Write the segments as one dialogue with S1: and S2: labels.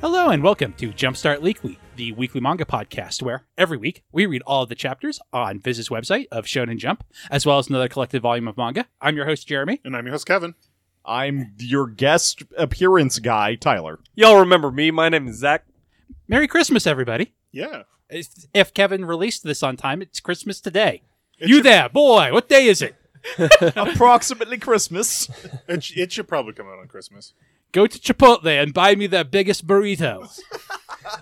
S1: Hello and welcome to Jumpstart Weekly, the weekly manga podcast where every week we read all of the chapters on Viz's website of Shonen Jump, as well as another collected volume of manga. I'm your host, Jeremy.
S2: And I'm your host, Kevin.
S3: I'm your guest appearance guy, Tyler.
S4: Y'all remember me? My name is Zach.
S1: Merry Christmas, everybody.
S2: Yeah.
S1: If, if Kevin released this on time, it's Christmas today.
S2: It
S1: you
S2: should-
S1: there, boy, what day is it?
S3: Approximately Christmas.
S2: It, sh- it should probably come out on Christmas.
S1: Go to Chipotle and buy me the biggest burrito.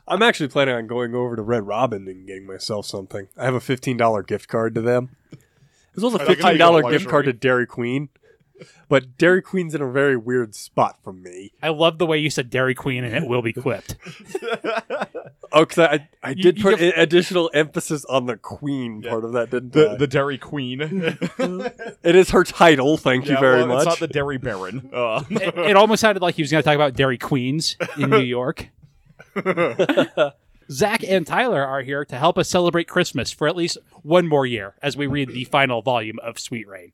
S4: I'm actually planning on going over to Red Robin and getting myself something. I have a $15 gift card to them. There's also a
S2: I think it's gonna be a
S4: $15 gift
S2: luxury.
S4: card to Dairy Queen, but Dairy Queen's in a very weird spot for me.
S1: I love the way you said Dairy Queen and it will be quipped.
S4: Oh, 'cause I, I
S1: You-
S4: did
S1: you
S4: put
S1: give-
S4: a- additional emphasis on the Queen part of that, didn't
S3: The
S4: I?
S3: the Dairy Queen.
S4: it is her title, thank you
S3: Yeah,
S4: very
S3: well,
S4: much.
S3: It's not the Dairy Baron. Uh,
S1: It, it almost sounded like he was going to talk about Dairy Queens in New York. Zach and Tyler are here to help us celebrate Christmas for at least one more year as we read the final volume of Sweet Rain.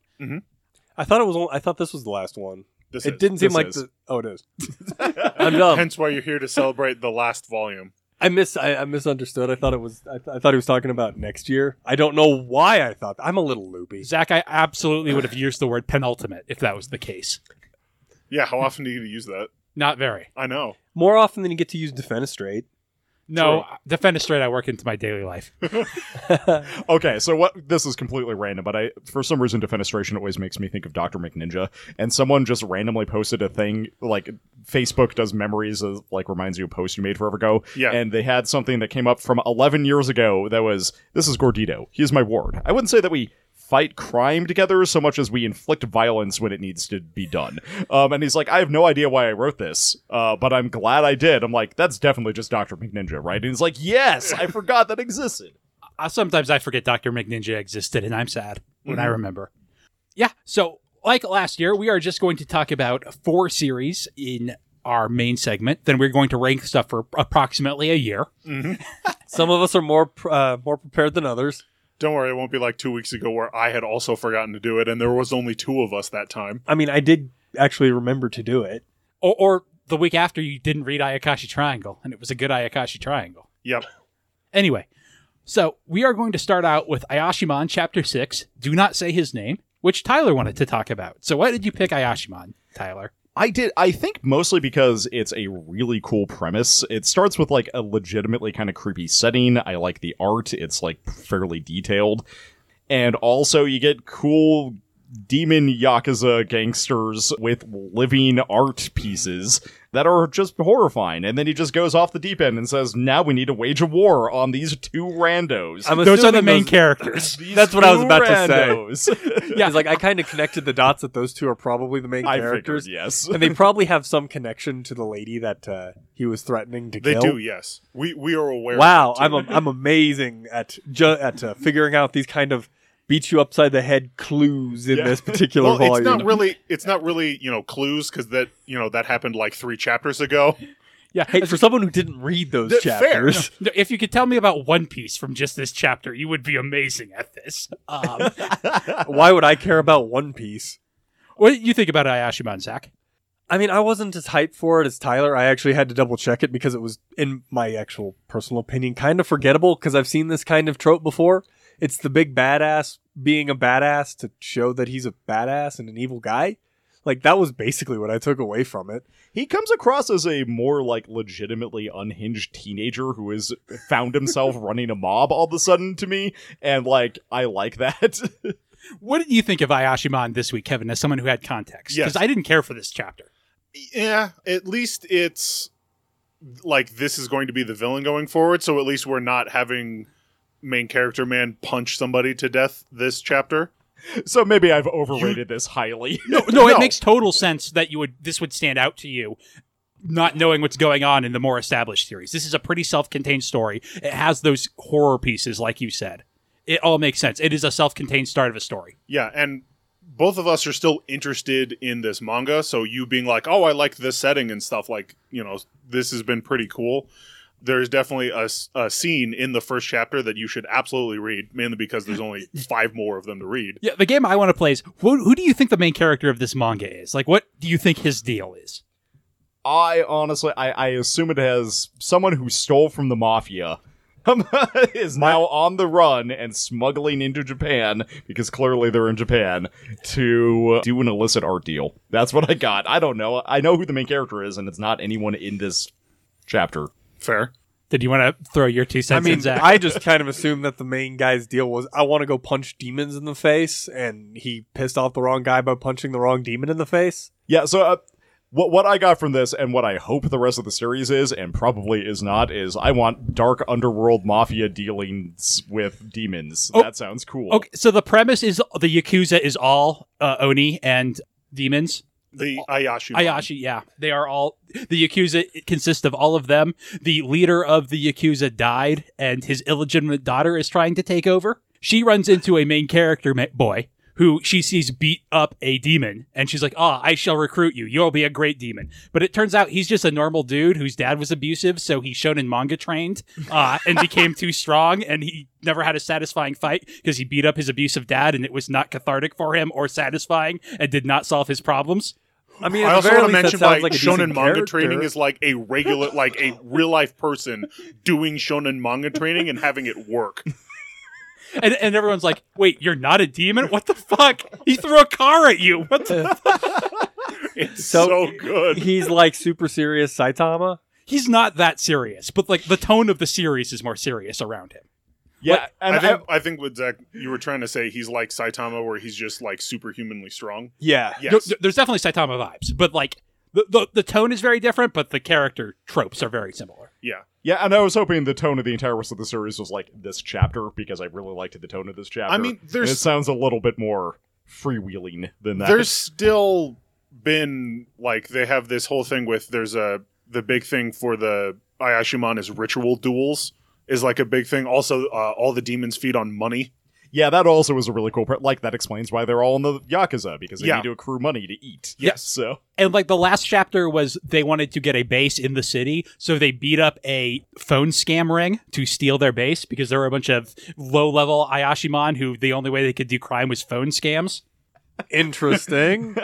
S4: I thought it was. Only, I thought this was the last one.
S2: This
S4: It
S2: is-
S4: didn't seem
S3: This
S4: like
S3: is.
S4: the. Oh, it is. I'm
S3: Um,
S4: dumb.
S2: Hence why you're here to celebrate the last volume.
S4: I miss I, I misunderstood. I thought it was I, th- I thought he was talking about next year. I don't know why I thought I'm a little loopy.
S1: Zach, I absolutely would have used the word penultimate if that was the case.
S2: Yeah, how often do you use that?
S1: Not very.
S2: I know.
S4: More often than you get to use defenestrate.
S1: No, defenestrate I work into my daily life.
S3: okay, so what? This is completely random, but I, for some reason, defenestration always makes me think of Doctor McNinja. And someone just randomly posted a thing like Facebook does memories, of, like reminds you of a post you made forever ago.
S2: Yeah.
S3: and they had something that came up from 11 years ago that was this is Gordito. He is my ward. I wouldn't say that we fight crime together so much as we inflict violence when it needs to be done. Um, and he's like, I have no idea why I wrote this, uh, but I'm glad I did. I'm like, that's definitely just Dr. McNinja, right? And he's like, yes, I forgot that existed.
S1: I, sometimes I forget Dr. McNinja existed, and I'm sad when I remember. Yeah, so like last year, we are just going to talk about four series in our main segment. Then we're going to rank stuff for approximately a year.
S2: Mm-hmm.
S4: Some of us are more pr- uh, more prepared than others.
S2: Don't worry, it won't be like two weeks ago where I had also forgotten to do it and there was only two of us that time.
S4: I mean, I did actually remember to do it.
S1: Or, or the week after, you didn't read Ayakashi Triangle, and it was a good Ayakashi Triangle.
S2: Yep.
S1: Anyway, so we are going to start out with Ayashimon chapter 6, Do Not Say His Name, which Tyler wanted to talk about. So why did you pick Ayashimon, Tyler?
S3: I did. I think mostly because it's a really cool premise. It starts with like a legitimately kind of creepy setting. I like the art. It's like fairly detailed, and also you get cool demon yakuza gangsters with living art pieces that are just horrifying. And then he just goes off the deep end and says, "Now we need to wage a war on these two randos."
S4: I'm
S1: Those are the
S4: assuming
S1: main
S4: those-
S1: characters.
S4: That's what I was about to say.
S3: to say.
S4: Yeah, like I kind of connected the dots that those two are probably the main
S3: I figured
S4: characters,
S3: yes.
S4: and they probably have some connection to the lady that uh, he was threatening to
S2: They
S4: kill.
S2: do, yes. We we are aware.
S4: Wow,
S2: of that,
S4: I'm
S2: too.
S4: a, I'm amazing at ju- at uh, figuring out these kind of beat you upside the head clues in
S2: Yeah.
S4: this particular
S2: well,
S4: volume.
S2: it's not really it's not really, you know, clues cuz that, you know, that happened like 3 chapters ago.
S1: yeah.
S4: Hey, for someone who didn't read those
S2: Th- fair.
S4: chapters,
S1: No, If you could tell me about One Piece from just this chapter, you would be amazing at this. Um,
S4: why would I care about One Piece?
S1: what did you think about Ayashimon, Zach?
S4: I mean, I wasn't as hyped for it as Tyler. I actually had to double check it because it was, in my actual personal opinion, kind of forgettable because I've seen this kind of trope before. It's the big badass being a badass to show that he's a badass and an evil guy. Like, that was basically what I took away from it.
S3: He comes across as a more like legitimately unhinged teenager who has found himself running a mob all of a sudden to me, and like I like that.
S1: What did you think of Ayashimon this week, Kevin, as someone who had context? Because
S2: Yes.
S1: I didn't care for this chapter.
S2: yeah at least it's like this is going to be the villain going forward so at least we're not having main character man punch somebody to death this chapter
S3: so maybe I've overrated this highly.
S1: No, no, it
S2: No.
S1: makes total sense that you would this would stand out to you, not knowing what's going on in the more established series. This is a pretty self-contained story. It has those horror pieces, like you said. It all makes sense. It is a self-contained start of a story.
S2: yeah and both of us are still interested in this manga so you being like oh i like this setting and stuff like you know this has been pretty cool there's definitely a, s- a scene in the first chapter that you should absolutely read mainly because there's only five more of them to read
S1: Yeah, the game I want to play is who, who do you think the main character of this manga is? Like, what do you think his deal is?
S3: I honestly, I, I assume it has someone who stole from the mafia is now on the run and smuggling into Japan because clearly they're in Japan to do an illicit art deal. That's what I got. I don't know. I know who the main character is, and it's not anyone in this chapter.
S2: Fair.
S1: Did you want to throw your two
S4: I
S1: cents in,
S4: mean,
S1: Zach?
S4: I just kind of assumed that the main guy's deal was I want to go punch demons in the face, and he pissed off the wrong guy by punching the wrong demon in the face.
S3: Yeah, so uh, what what I got from this and what I hope the rest of the series is and probably is not is I want dark underworld mafia dealings with demons.
S1: Oh.
S3: that sounds cool.
S1: okay, so the premise is the Yakuza is all uh, Oni and demons.
S2: The Ayashi. line.
S1: Ayashi, yeah. They are all the Yakuza it consists of all of them. The leader of the Yakuza died, and his illegitimate daughter is trying to take over. She runs into a main character ma- boy who she sees beat up a demon, and she's like, "Ah, I shall recruit you. You'll be a great demon." But it turns out he's just a normal dude whose dad was abusive, so he shonen manga trained uh, and became too strong, and he never had a satisfying fight because he beat up his abusive dad, and it was not cathartic for him or satisfying, and did not solve his problems.
S4: I mean, at
S2: I
S4: the
S2: also
S4: very
S2: want to
S4: least, that
S2: mention
S4: sounds
S2: like,
S4: like a
S2: shonen
S4: decent
S2: manga training
S4: character.
S2: is like a regular, like a real life person doing shonen manga training and having it work.
S1: And, and everyone's like, wait, you're not a demon? What the fuck? He threw a car at you. What the
S2: It's so,
S4: So-
S2: good.
S4: He's like super serious Saitama.
S1: He's not that serious, but like the tone of the series is more serious around him.
S3: Yeah, and
S2: I
S3: I
S2: think, I, think with Zach, you were trying to say he's like Saitama, where he's just like superhumanly strong.
S4: Yeah,
S1: There-
S2: Yes.
S1: there's definitely Saitama vibes, but like the, the, the tone is very different, but the character tropes are very similar.
S2: Yeah.
S3: yeah, and I was hoping the tone of the entire rest of the series was like this chapter because I really liked the tone of this chapter.
S2: I mean,
S3: And
S2: there's
S3: it sounds a little bit more freewheeling than that.
S2: There's still been like they have this whole thing with there's a the big thing for the Ayashimon is ritual duels is like a big thing. Also, uh, all the demons feed on money.
S3: yeah, that also was a really cool part. Like that explains why they're all in the yakuza because they
S2: Yeah.
S3: need to accrue money to eat.
S1: Yes.
S3: so
S1: And like the last chapter was they wanted to get a base in the city, so they beat up a phone scam ring to steal their base because there were a bunch of low level Ayashimon who the only way they could do crime was phone scams.
S4: interesting.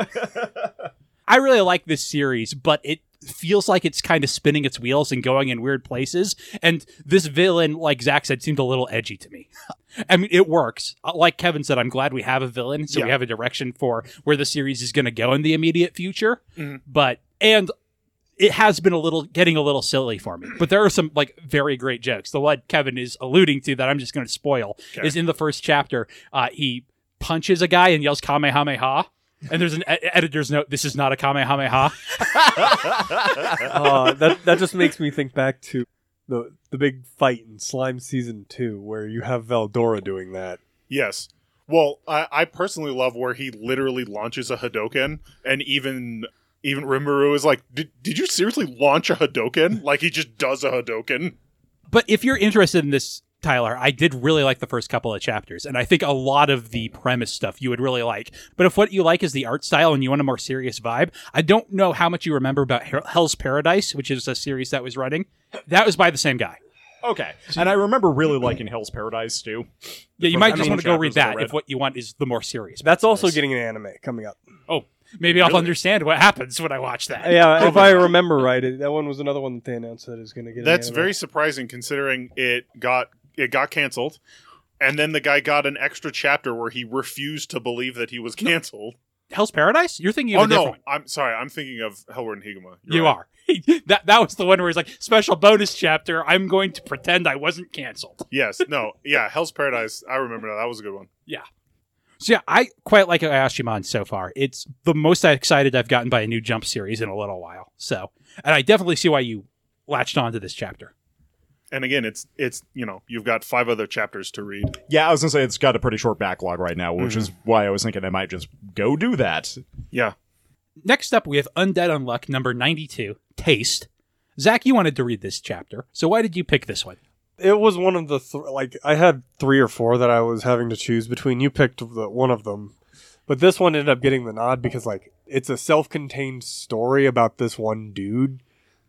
S1: I really like this series, but it feels like it's kind of spinning its wheels and going in weird places. And this villain, like Zach said, seemed a little edgy to me. I mean, it works. Uh, Like Kevin said, I'm glad we have a villain, so
S2: Yeah.
S1: we have a direction for where the series is going to go in the immediate future.
S2: Mhm.
S1: But and it has been a little getting a little silly for me. But there are some like very great jokes. The one Kevin is alluding to that I'm just going to spoil
S2: Okay.
S1: is in the first chapter. Uh, he punches a guy and yells Kamehameha. And there's an e- editor's note. This is not a Kamehameha.
S4: uh, that that just makes me think back to the the big fight in Slime Season Two, where you have Veldora doing that.
S2: Yes. Well, I, I personally love where he literally launches a Hadoken, and even even Rimuru is like, "Did did you seriously launch a Hadoken?" Like he just does a Hadoken.
S1: But if you're interested in this, Tyler, I did really like the first couple of chapters, and I think a lot of the premise stuff you would really like. But if what you like is the art style and you want a more serious vibe, I don't know how much you remember about Hell- Hell's Paradise, which is a series that was running. That was by the same guy.
S3: okay, and I remember really liking Hell's Paradise too.
S1: Yeah, you
S3: first
S1: might
S3: couple
S1: just want to go read
S3: chapters I
S1: that
S3: read.
S1: if what you want is the more serious.
S4: That's also getting an anime coming up.
S1: Oh, maybe I'll
S2: Really?
S1: understand what happens when I watch that.
S4: Yeah, if I remember right, it, that one was another one that they announced that is going to get. an
S2: That's
S4: anime.
S2: very surprising considering it got it got canceled, and then the guy got an extra chapter where he refused to believe that he was canceled.
S1: Hell's Paradise? You're thinking of
S2: oh
S1: a different
S2: no,
S1: one.
S2: I'm sorry, I'm thinking of Hellward and Higuma. You're
S1: You
S2: right.
S1: are. that that was the one where he's like special bonus chapter. I'm going to pretend I wasn't canceled.
S2: Yes, no, yeah, Hell's Paradise. I remember now. That was a good one.
S1: So yeah, I quite like Ayashimon so far. It's the most excited I've gotten by a new Jump series in a little while. So, and I definitely see why you latched on to this chapter.
S2: And again, it's it's you know you've got five other chapters to read.
S3: Yeah, I was gonna say it's got a pretty short backlog right now, which is why I was thinking I might just go do that.
S2: Yeah,
S1: Next up, we have Undead Unluck number ninety-two. Taste. Zach, you wanted to read this chapter, so why did you pick this one?
S4: It was one of the th- like I had three or four that I was having to choose between. You picked the, one of them, but this one ended up getting the nod because like it's a self-contained story about this one dude,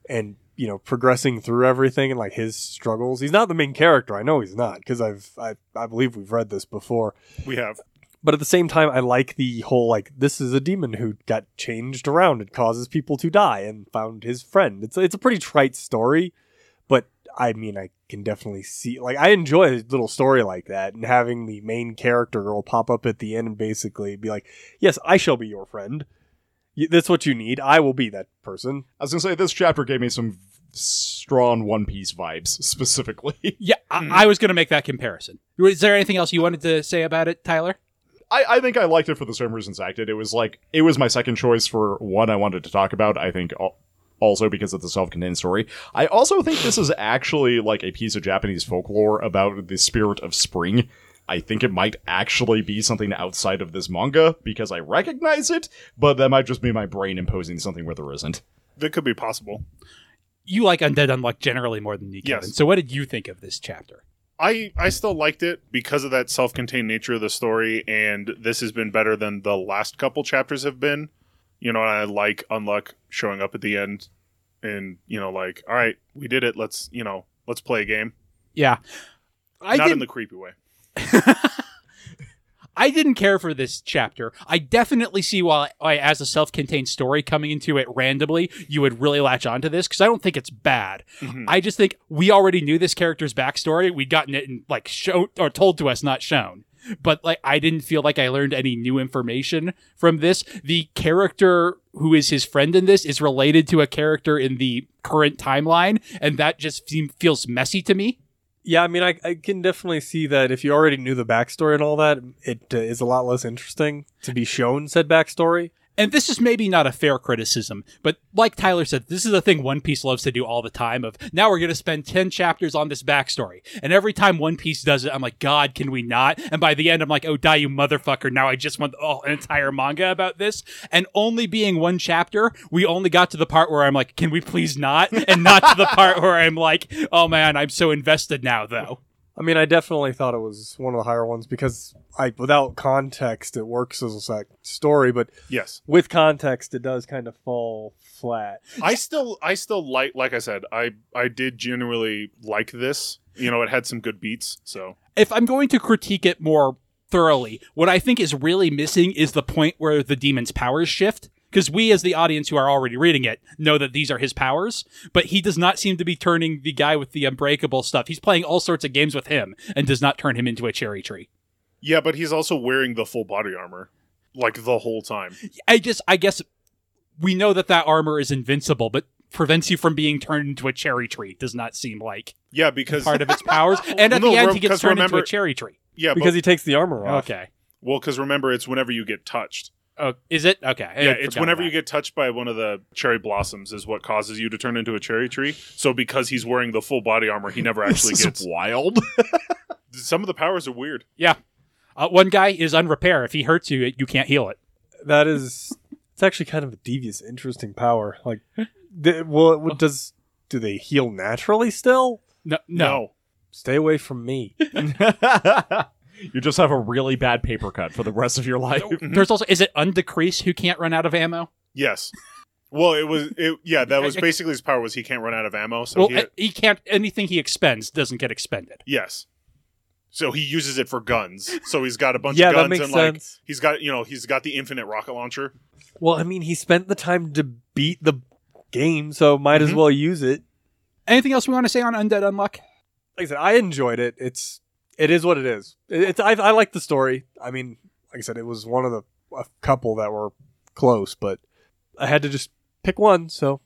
S4: and you know progressing through everything and like his struggles. He's not the main character. I know he's not because I've I I believe we've read this before,
S2: we have
S4: But at the same time, I like the whole like this is a demon who got changed around and causes people to die and found his friend. It's it's a pretty trite story, but I mean I can definitely see like I enjoy a little story like that and having the main character girl pop up at the end and basically be like, "Yes, I shall be your friend. Y- That's what you need. I will be that person."
S3: I was gonna say this chapter gave me some strong One Piece vibes specifically.
S1: Yeah,
S2: Hmm.
S1: I, I was going to make that comparison. Is there anything else you wanted to say about it, Tyler?
S3: I, I think I liked it for the same reasons Zach did. It was like it was my second choice for one I wanted to talk about. I think al- also because it's a self-contained story. I also think this is actually like a piece of Japanese folklore about the spirit of spring. I think it might actually be something outside of this manga because I recognize it, but that might just be my brain imposing something where there isn't.
S2: That could be possible.
S1: You like Undead Unluck generally more than me,
S2: Yes.
S1: Kevin. So what did you think of this chapter?
S2: I I still liked it because of that self-contained nature of the story, and this has been better than the last couple chapters have been. You know, and I like Unluck showing up at the end, and you know, like, all right, we did it. Let's you know, let's play a game.
S1: Yeah. I
S2: Not
S1: didn't,
S2: in the creepy way.
S1: I didn't care for this chapter. I definitely see why, why as a self-contained story coming into it randomly, you would really latch onto this because I don't think it's bad.
S2: Mhm.
S1: I just think we already knew this character's backstory. We'd gotten it in, like shown or told to us, not shown. But like, I didn't feel like I learned any new information from this. The character who is his friend in this is related to a character in the current timeline, and that just seem, feels messy to me.
S4: Yeah, I mean, I, I can definitely see that if you already knew the backstory and all that, it uh, is a lot less interesting to be shown said backstory.
S1: and this is maybe not a fair criticism, but like Tyler said, this is a thing One Piece loves to do all the time of now we're going to spend 10 chapters on this backstory. And every time One Piece does it, I'm like, God, can we not? And by the end, I'm like, oh, die, you motherfucker. Now I just want oh, an entire manga about this. And only being one chapter, we only got to the part where I'm like, can we please not? And not to the part where I'm like, oh man, I'm so invested now, though.
S4: I mean, I definitely thought it was one of the higher ones because, like, without context, it works as a story, but
S2: Yes,
S4: with context, it does kind of fall flat.
S2: I still I still like like I said I I did genuinely like this. You know, it had some good beats. So
S1: if I'm going to critique it more thoroughly, what I think is really missing is the point where the demon's powers shift. Because we, as the audience who are already reading it, know that these are his powers, but he does not seem to be turning the guy with the unbreakable stuff. He's playing all sorts of games with him and does not turn him into a cherry tree.
S2: yeah, but he's also wearing the full body armor like the whole time.
S1: I just, I guess we know that that armor is invincible, but prevents you from being turned into a cherry tree does not seem like
S2: Yeah, because
S1: part of its powers. And at
S2: No,
S1: the end,
S2: re-
S1: he gets
S2: 'cause
S1: turned into a
S2: remember-
S1: cherry tree.
S2: yeah,
S4: Because
S2: because
S4: he takes the armor off.
S1: Okay.
S2: well, because remember it's whenever you get touched.
S1: Oh, is it? Okay. I
S2: yeah,
S1: had
S2: it's
S1: forgotten
S2: whenever
S1: that.
S2: you get touched by one of the cherry blossoms is what causes you to turn into a cherry tree. So because he's wearing the full body armor, he never actually
S3: This is
S2: gets.
S3: wild.
S2: Some of the powers are weird.
S1: Uh, one guy is unrepair. If he hurts you, you can't heal it.
S4: That is, it's actually kind of a devious, interesting power. Like, th- well, it would- does, do they heal naturally still?
S1: No, no.
S4: Stay away from me.
S3: you just have a really bad paper cut for the rest of your life.
S1: There's also is it undecrease who can't run out of ammo?
S2: Yes. Well, it was it. Yeah, that was
S1: I- I-
S2: basically his power was he can't run out of ammo. So
S1: well,
S2: he,
S1: uh, he can't. Anything he expends doesn't get expended.
S2: yes. So he uses it for guns. So he's got a bunch
S4: yeah,
S2: of guns
S4: that makes
S2: and like
S4: sense.
S2: he's got you know he's got the infinite rocket launcher.
S4: Well, I mean, he spent the time to beat the game, so might as
S2: Mhm.
S4: well use it.
S1: Anything else we want to say on undead unluck?
S4: Like I said, I enjoyed it. It's it is what it is. It- It's I, I like the story. I mean, like I said, it was one of the a couple that were close, but I had to just pick one. So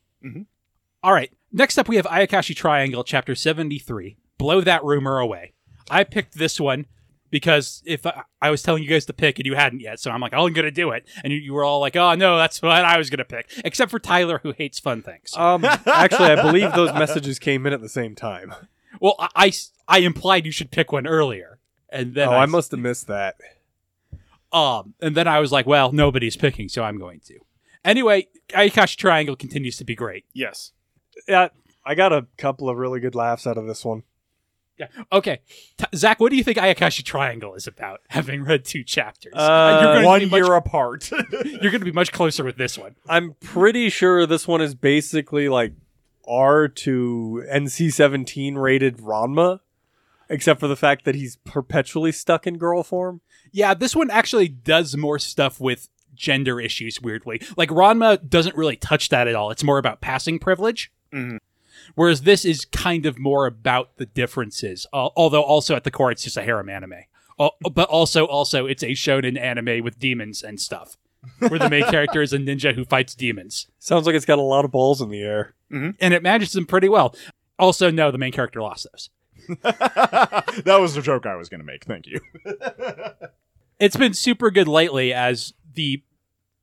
S1: All right. Next up, we have Ayakashi Triangle, Chapter 73. Blow that rumor away. I picked this one because if I, I was telling you guys to pick and you hadn't yet, so I'm like, oh, I'm going to do it. And you, you were all like, oh, no, that's what I was going to pick, except for Tyler, who hates fun things.
S4: um, actually, I believe those messages came in at the same time.
S1: well, I, I s- I implied you should pick one earlier. And then
S4: oh, I
S1: s-
S4: must have missed that.
S1: Um, and then I was like, well, nobody's picking, so I'm going to. Anyway, Ayakashi Triangle continues to be great.
S2: Yes.
S4: Yeah, I got a couple of really good laughs out of this one.
S1: Yeah. Okay. T- Zach, what do you think Ayakashi Triangle is about? Having read two chapters,
S4: Uh,
S1: you're going
S3: one
S1: to be much,
S3: year apart.
S1: you're going to be much closer with this one.
S4: I'm pretty sure this one is basically like R to NC-17 rated Ranma. except for the fact that he's perpetually stuck in girl form.
S1: Yeah, this one actually does more stuff with gender issues, weirdly. Like Ranma doesn't really touch that at all. It's more about passing privilege.
S2: Mhm.
S1: Whereas this is kind of more about the differences. Al although also at the core, it's just a harem anime. Al- but also, also, it's a shonen anime with demons and stuff. Where the main character is a ninja who fights demons.
S4: Sounds like it's got a lot of balls in the air.
S1: And it manages them pretty well. Also, no, the main character lost those.
S3: that was the joke I was going to make. Thank you.
S1: it's been super good lately as the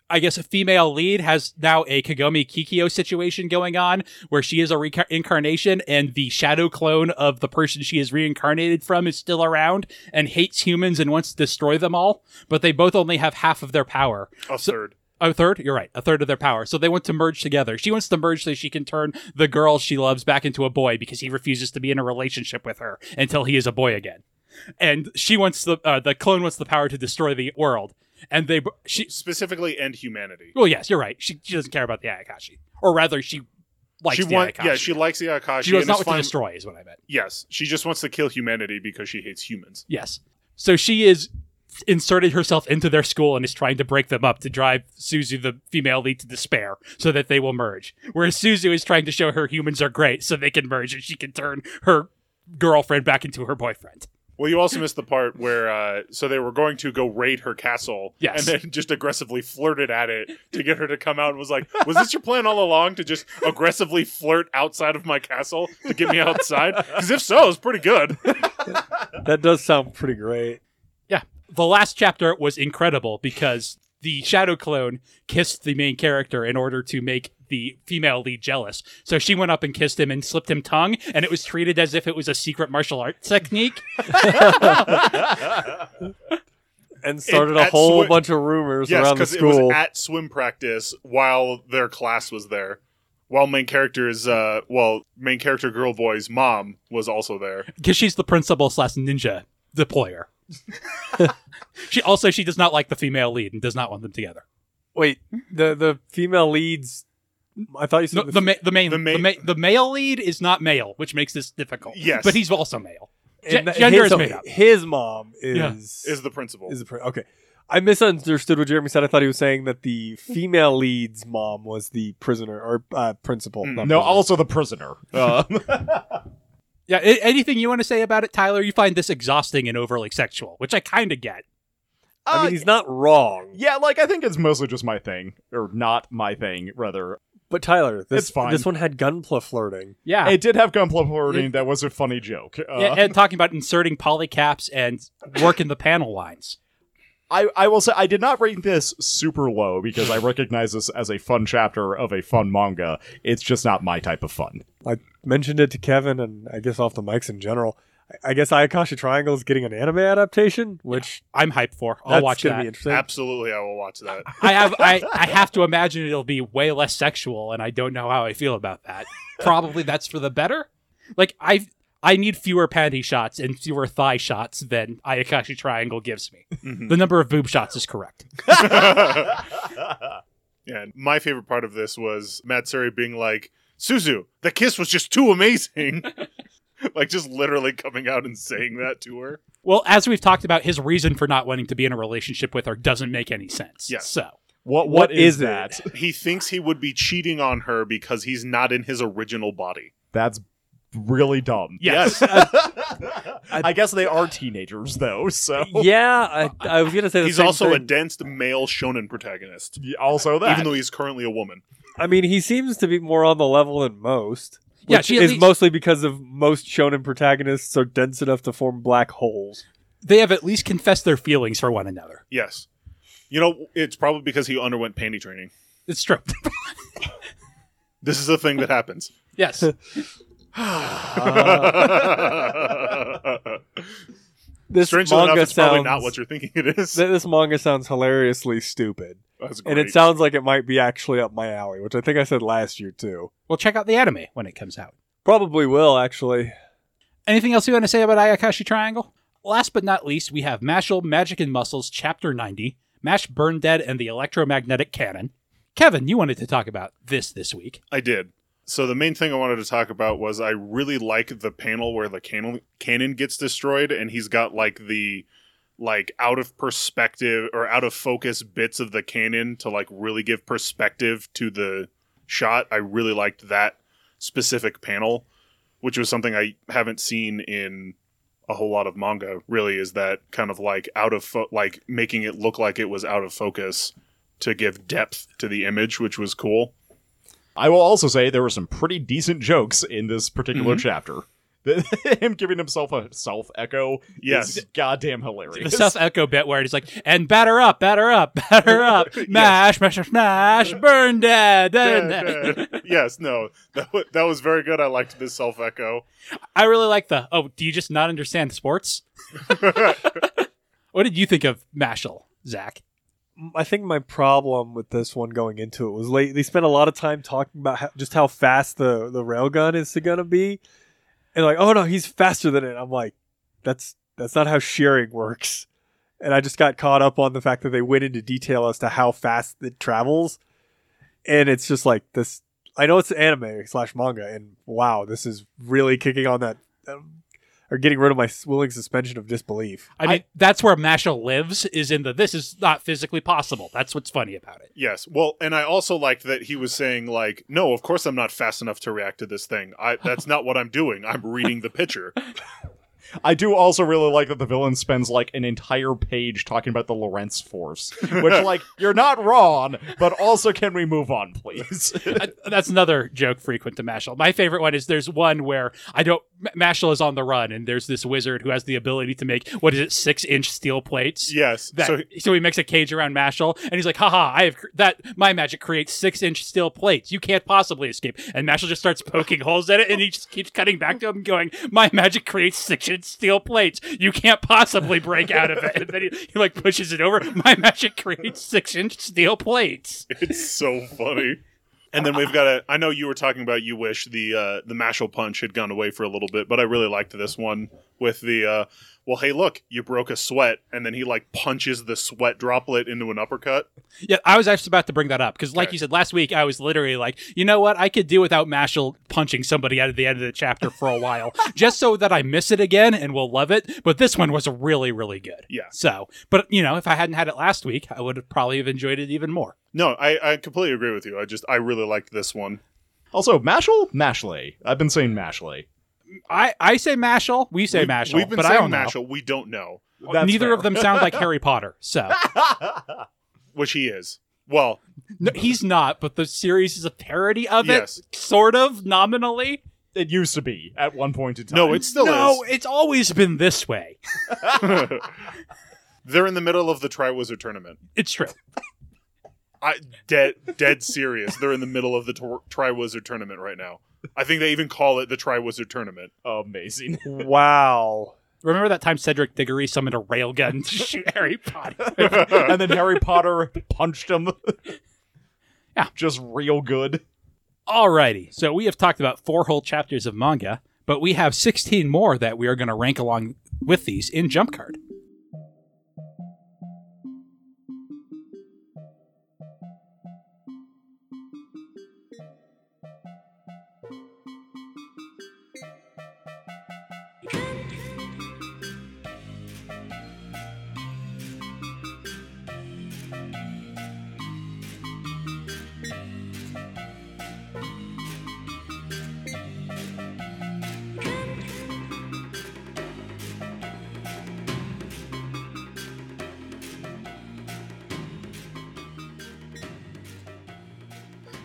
S1: I guess a female lead has now a Kagome Kikyo situation going on where she is a reincarnation and the shadow clone of the person she is reincarnated from is still around and hates humans and wants to destroy them all. But they both only have half of their power.
S2: A third.
S1: A third? You're right. A third of their power. So they want to merge together. She wants to merge so she can turn the girl she loves back into a boy because he refuses to be in a relationship with her until he is a boy again. And she wants the uh, the clone wants the power to destroy the world. And they she
S2: Specifically, end humanity.
S1: well yes you're right she, she doesn't care about the Ayakashi or rather she likes
S2: she
S1: the
S2: want-
S1: Ayakashi.
S2: yeah, she likes the Akashi.
S1: she does
S2: and
S1: not
S2: it's
S1: want
S2: fine-
S1: to destroy is what I meant.
S2: Yes, she just wants to kill humanity because she hates humans.
S1: Yes. So she is inserted herself into their school and is trying to break them up to drive Suzu, the female lead, to despair so that they will merge. Whereas Suzu is trying to show her humans are great so they can merge and she can turn her girlfriend back into her boyfriend.
S2: Well, you also missed the part where uh, so they were going to go raid her castle,
S1: Yes.
S2: and then just aggressively flirted at it to get her to come out and was like, "Was this your plan all along to just aggressively flirt outside of my castle to get me outside? Because if so, it's pretty good."
S4: That does sound pretty great.
S1: Yeah. The last chapter was incredible because the shadow clone kissed the main character in order to make the female lead jealous. So she went up and kissed him and slipped him tongue, and it was treated as if it was a secret martial arts technique.
S4: And started
S2: It-
S4: a
S2: at
S4: whole
S2: Swi-
S4: bunch of rumors
S2: yes,
S4: around the
S2: because it was
S4: school.
S2: at swim practice while their class was there. While main character's, uh, well, main character girl boy's mom was also there.
S1: because she's the principal slash ninja deployer. she also she does not like the female lead and does not want them together.
S4: Wait, the the female leads. I thought you said
S1: Mm-hmm. No, the, ma- the main the,
S2: The ma-
S1: ma- the male lead is not male, which makes this difficult.
S2: Yes.
S1: but he's also male.
S4: and
S1: Ge-
S4: that-
S1: gender
S4: his,
S1: is
S4: so
S1: made up.
S4: His mom is
S1: Yeah.
S2: Is the principal?
S4: is the pr- okay. I misunderstood what Jeremy said. I thought he was saying that the female lead's mom was the prisoner or uh, principal.
S2: Mm.
S4: not
S3: No,
S4: prisoner.
S3: also the prisoner. Um,
S1: Yeah. a- anything you want to say about it, Tyler? You find this exhausting and overly sexual, which I kind of get.
S4: I
S3: uh,
S4: mean, he's not wrong.
S3: yeah, like I think it's mostly just my thing, or not my thing, rather.
S4: But Tyler, this
S3: It's fine.
S4: this one had gunpla flirting.
S1: Yeah.
S3: It did have gunpla flirting. That was a funny joke. Uh,
S1: and, and talking about inserting polycaps and working the panel lines.
S3: I, I will say I did not rate this super low because I recognize this as a fun chapter of a fun manga. It's just not my type of fun.
S4: I mentioned it to Kevin, and I guess off the mics in general. I- I guess Ayakashi Triangle is getting an anime adaptation, which
S1: I'm hyped for. I'll
S4: that's
S1: watch
S4: gonna
S1: that.
S4: be interesting.
S2: Absolutely, I will watch that.
S1: I have I, I have to imagine it'll be way less sexual and I don't know how I feel about that. Probably that's for the better. Like I I need fewer panty shots and fewer thigh shots than Ayakashi Triangle gives me. The number of boob shots is correct.
S2: And my favorite part of this was Matsuri being like, Suzu, the kiss was just too amazing. like, just literally coming out and saying that to her.
S1: Well, as we've talked about, his reason for not wanting to be in a relationship with her doesn't make any sense.
S2: Yeah.
S1: So
S4: What
S3: What what is,
S4: is it?
S3: that?
S2: He thinks he would be cheating on her because he's not in his original body.
S3: That's really dumb.
S1: yes.
S3: I guess they are teenagers though, so
S4: yeah, I, I was gonna say the
S2: He's
S4: same
S2: also a
S4: thing.
S2: danced male shonen protagonist,
S3: also that.
S2: even though he's currently a woman.
S4: I mean, he seems to be more on the level than most.
S1: Yeah,
S4: Which
S1: she at
S4: is
S1: least-
S4: mostly because of most shonen protagonists are dense enough to form black holes.
S1: they have at least confessed their feelings for one another.
S2: Yes. You know, it's probably because he underwent panty training.
S1: It's true.
S2: This is a thing that happens.
S1: yes.
S4: Ah. This
S2: Strangely
S4: manga
S2: enough, it's
S4: sounds
S2: probably not what you're thinking it is.
S4: th- this manga sounds hilariously stupid,
S2: That's
S4: and it
S2: great.
S4: sounds like it might be actually up my alley, which I think I said last year too.
S1: Well, check out the anime when it comes out.
S4: Probably will actually.
S1: Anything else you want to say about Ayakashi Triangle? Last but not least, we have Mashal, Magic and Muscles, Chapter 90, Mash Burn Dead and the Electromagnetic Cannon. Kevin, you wanted to talk about this this week.
S2: I did. So the main thing I wanted to talk about was I really like the panel where the cannon cannon gets destroyed and he's got like the like out of perspective or out of focus bits of the cannon to like really give perspective to the shot. I really liked that specific panel, which was something I haven't seen in a whole lot of manga. Really, is that kind of like out of fo- like making it look like it was out of focus to give depth to the image, which was cool.
S3: I will also say there were some pretty decent jokes in this particular chapter. Him giving himself a self echo
S2: Yes.
S3: is goddamn
S1: The
S3: hilarious.
S1: South Echo bit where he's like, and batter up, batter up, batter up, mash, mash, mash, mash, burn dead, burn dead.
S2: yes, no, that, wa- that was very good. I liked this self echo.
S1: I really like the. Oh, do you just not understand sports? what did you think of Mashal, Zach?
S4: I think my problem with this one going into it was late. They spent a lot of time talking about how, just how fast the the railgun is gonna be, and like, oh no, he's faster than it. I'm like, that's that's not how shearing works. And I just got caught up on the fact that they went into detail as to how fast it travels, and it's just like this. I know it's anime slash manga, and wow, this is really kicking on that. Um, or getting rid of my willing suspension of disbelief.
S1: I mean, that's where Mashal lives. Is in the this is not physically possible. That's what's funny about it.
S2: Yes, well, and I also liked that he was saying like, "No, of course I'm not fast enough to react to this thing. I that's not what I'm doing. I'm reading the picture."
S3: I do also really like that the villain spends like an entire page talking about the Lorentz force, which like you're not wrong, but also can we move on, please?
S1: I- that's another joke frequent to Mashal. My favorite one is there's one where I don't. M- Mashal is on the run, and there's this wizard who has the ability to make what is it, six inch steel plates.
S2: Yes,
S1: That, so,
S2: so
S1: he makes a cage around Mashal, and he's like, haha, I have cr- that. My magic creates six inch steel plates. You can't possibly escape. And Mashal just starts poking holes in it, and he just keeps cutting back to him, going, my magic creates six inch steel plates. You can't possibly break out of it. And then he, he like pushes it over. My magic creates six inch steel plates.
S2: it's so funny. And then we've got a. I know you were talking about you wish the uh, the mashal punch had gone away for a little bit, but I really liked this one with the. Uh, well, hey, look, you broke a sweat, and then he like punches the sweat droplet into an uppercut.
S1: Yeah, I was actually about to bring that up because, like
S2: Okay.
S1: you said last week, I was literally like, you know what, I could do without Mashal punching somebody out of the end of the chapter for a while, just so that I miss it again and will love it. But this one was really, really good.
S2: Yeah.
S1: So, but you know, if I hadn't had it last week, I would have probably have enjoyed it even more.
S2: No, I, I completely agree with you. I just I really liked this one.
S3: also, Mashal? Mashley. I've been saying Mashley.
S1: I I say Mashal, we say
S2: We've-
S1: Mashal,
S2: We've been
S1: but
S2: saying
S1: I don't know.
S2: Mashal. We don't know
S3: That's
S1: Neither
S3: fair.
S1: of them sound like Harry Potter, so
S2: which he is. Well,
S1: no, he's not. But the series is a parody of
S2: Yes.
S1: it, sort of nominally.
S3: It used to be at one point in time.
S2: no, it still
S1: no, it's always been this way.
S2: is. They're in the middle of the Triwizard tournament.
S1: It's true.
S2: I dead dead serious. They're in the middle of the tor- Triwizard tournament right now. I think they even call it the Triwizard tournament.
S3: amazing.
S4: Wow.
S1: Remember that time Cedric Diggory summoned a railgun to shoot Harry Potter?
S3: and then Harry Potter punched him.
S1: Yeah.
S3: Just real good.
S1: Alrighty, so we have talked about four whole chapters of manga, but we have 16 more that we are going to rank along with these in Jump Card.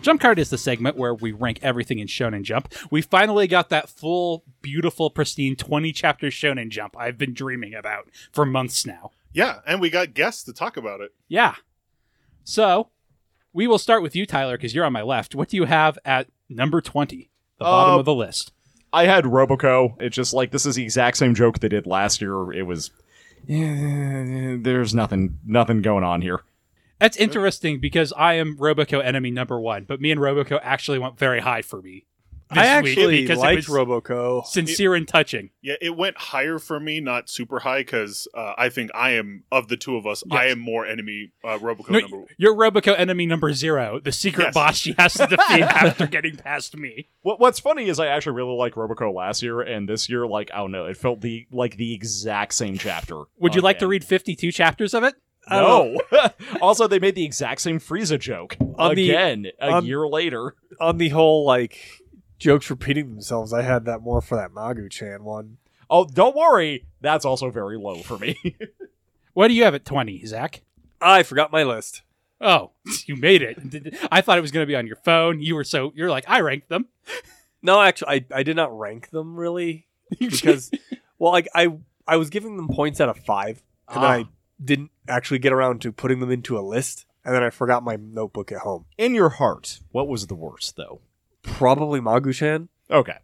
S1: Jump Card is the segment where we rank everything in Shonen Jump. We finally got that full, beautiful, pristine 20 chapter Shonen Jump I've been dreaming about for months now.
S2: Yeah, and we got guests to talk about it.
S1: Yeah. So we will start with you, Tyler, because you're on my left. What do you have at number 20, the bottom
S3: Uh,
S1: of the list?
S3: I had Roboco. It's just like this is the exact same joke they did last year. It was eh, there's nothing nothing going on here.
S1: That's interesting because I am Roboco enemy number one, but me and Roboco actually went very high for me. this
S4: I
S1: week
S4: actually
S1: because
S4: liked
S1: it was
S4: Roboco.
S1: sincere and touching.
S2: Yeah, it went higher for me, not super high, because uh, I think I am of the two of us. I
S1: Yes.
S2: am more enemy uh, Robocop
S1: No,
S2: number.
S1: you're Robico enemy number zero, the secret
S2: Yes.
S1: boss she has to defeat after getting past me.
S3: What, what's funny is I actually really liked Roboco last year, and this year, like, I don't know, it felt the like the exact same chapter.
S1: Would you like to read
S3: again.
S1: Oh. 52 chapters of it?
S4: I don't
S3: No. also, they made the exact same Frieza joke
S4: On the-
S3: again a
S4: on-
S3: year later.
S4: On the whole, like jokes repeating themselves, I had that more for that Magu Chan one.
S3: Oh, don't worry, that's also very low for me.
S1: What do you have at 20, Zach?
S4: I forgot my list.
S1: Oh, you made it. Did- I thought it was going to be on your phone. You were so, you're like, I ranked them.
S4: No, actually, I, I did not rank them really because, well, like I I was giving them points out of five, and then
S1: Ah.
S4: I didn't actually get around to putting them into a list, and then I forgot my notebook at home.
S3: In your heart, what was the worst though?
S4: Probably Magu-chan.
S3: Okay.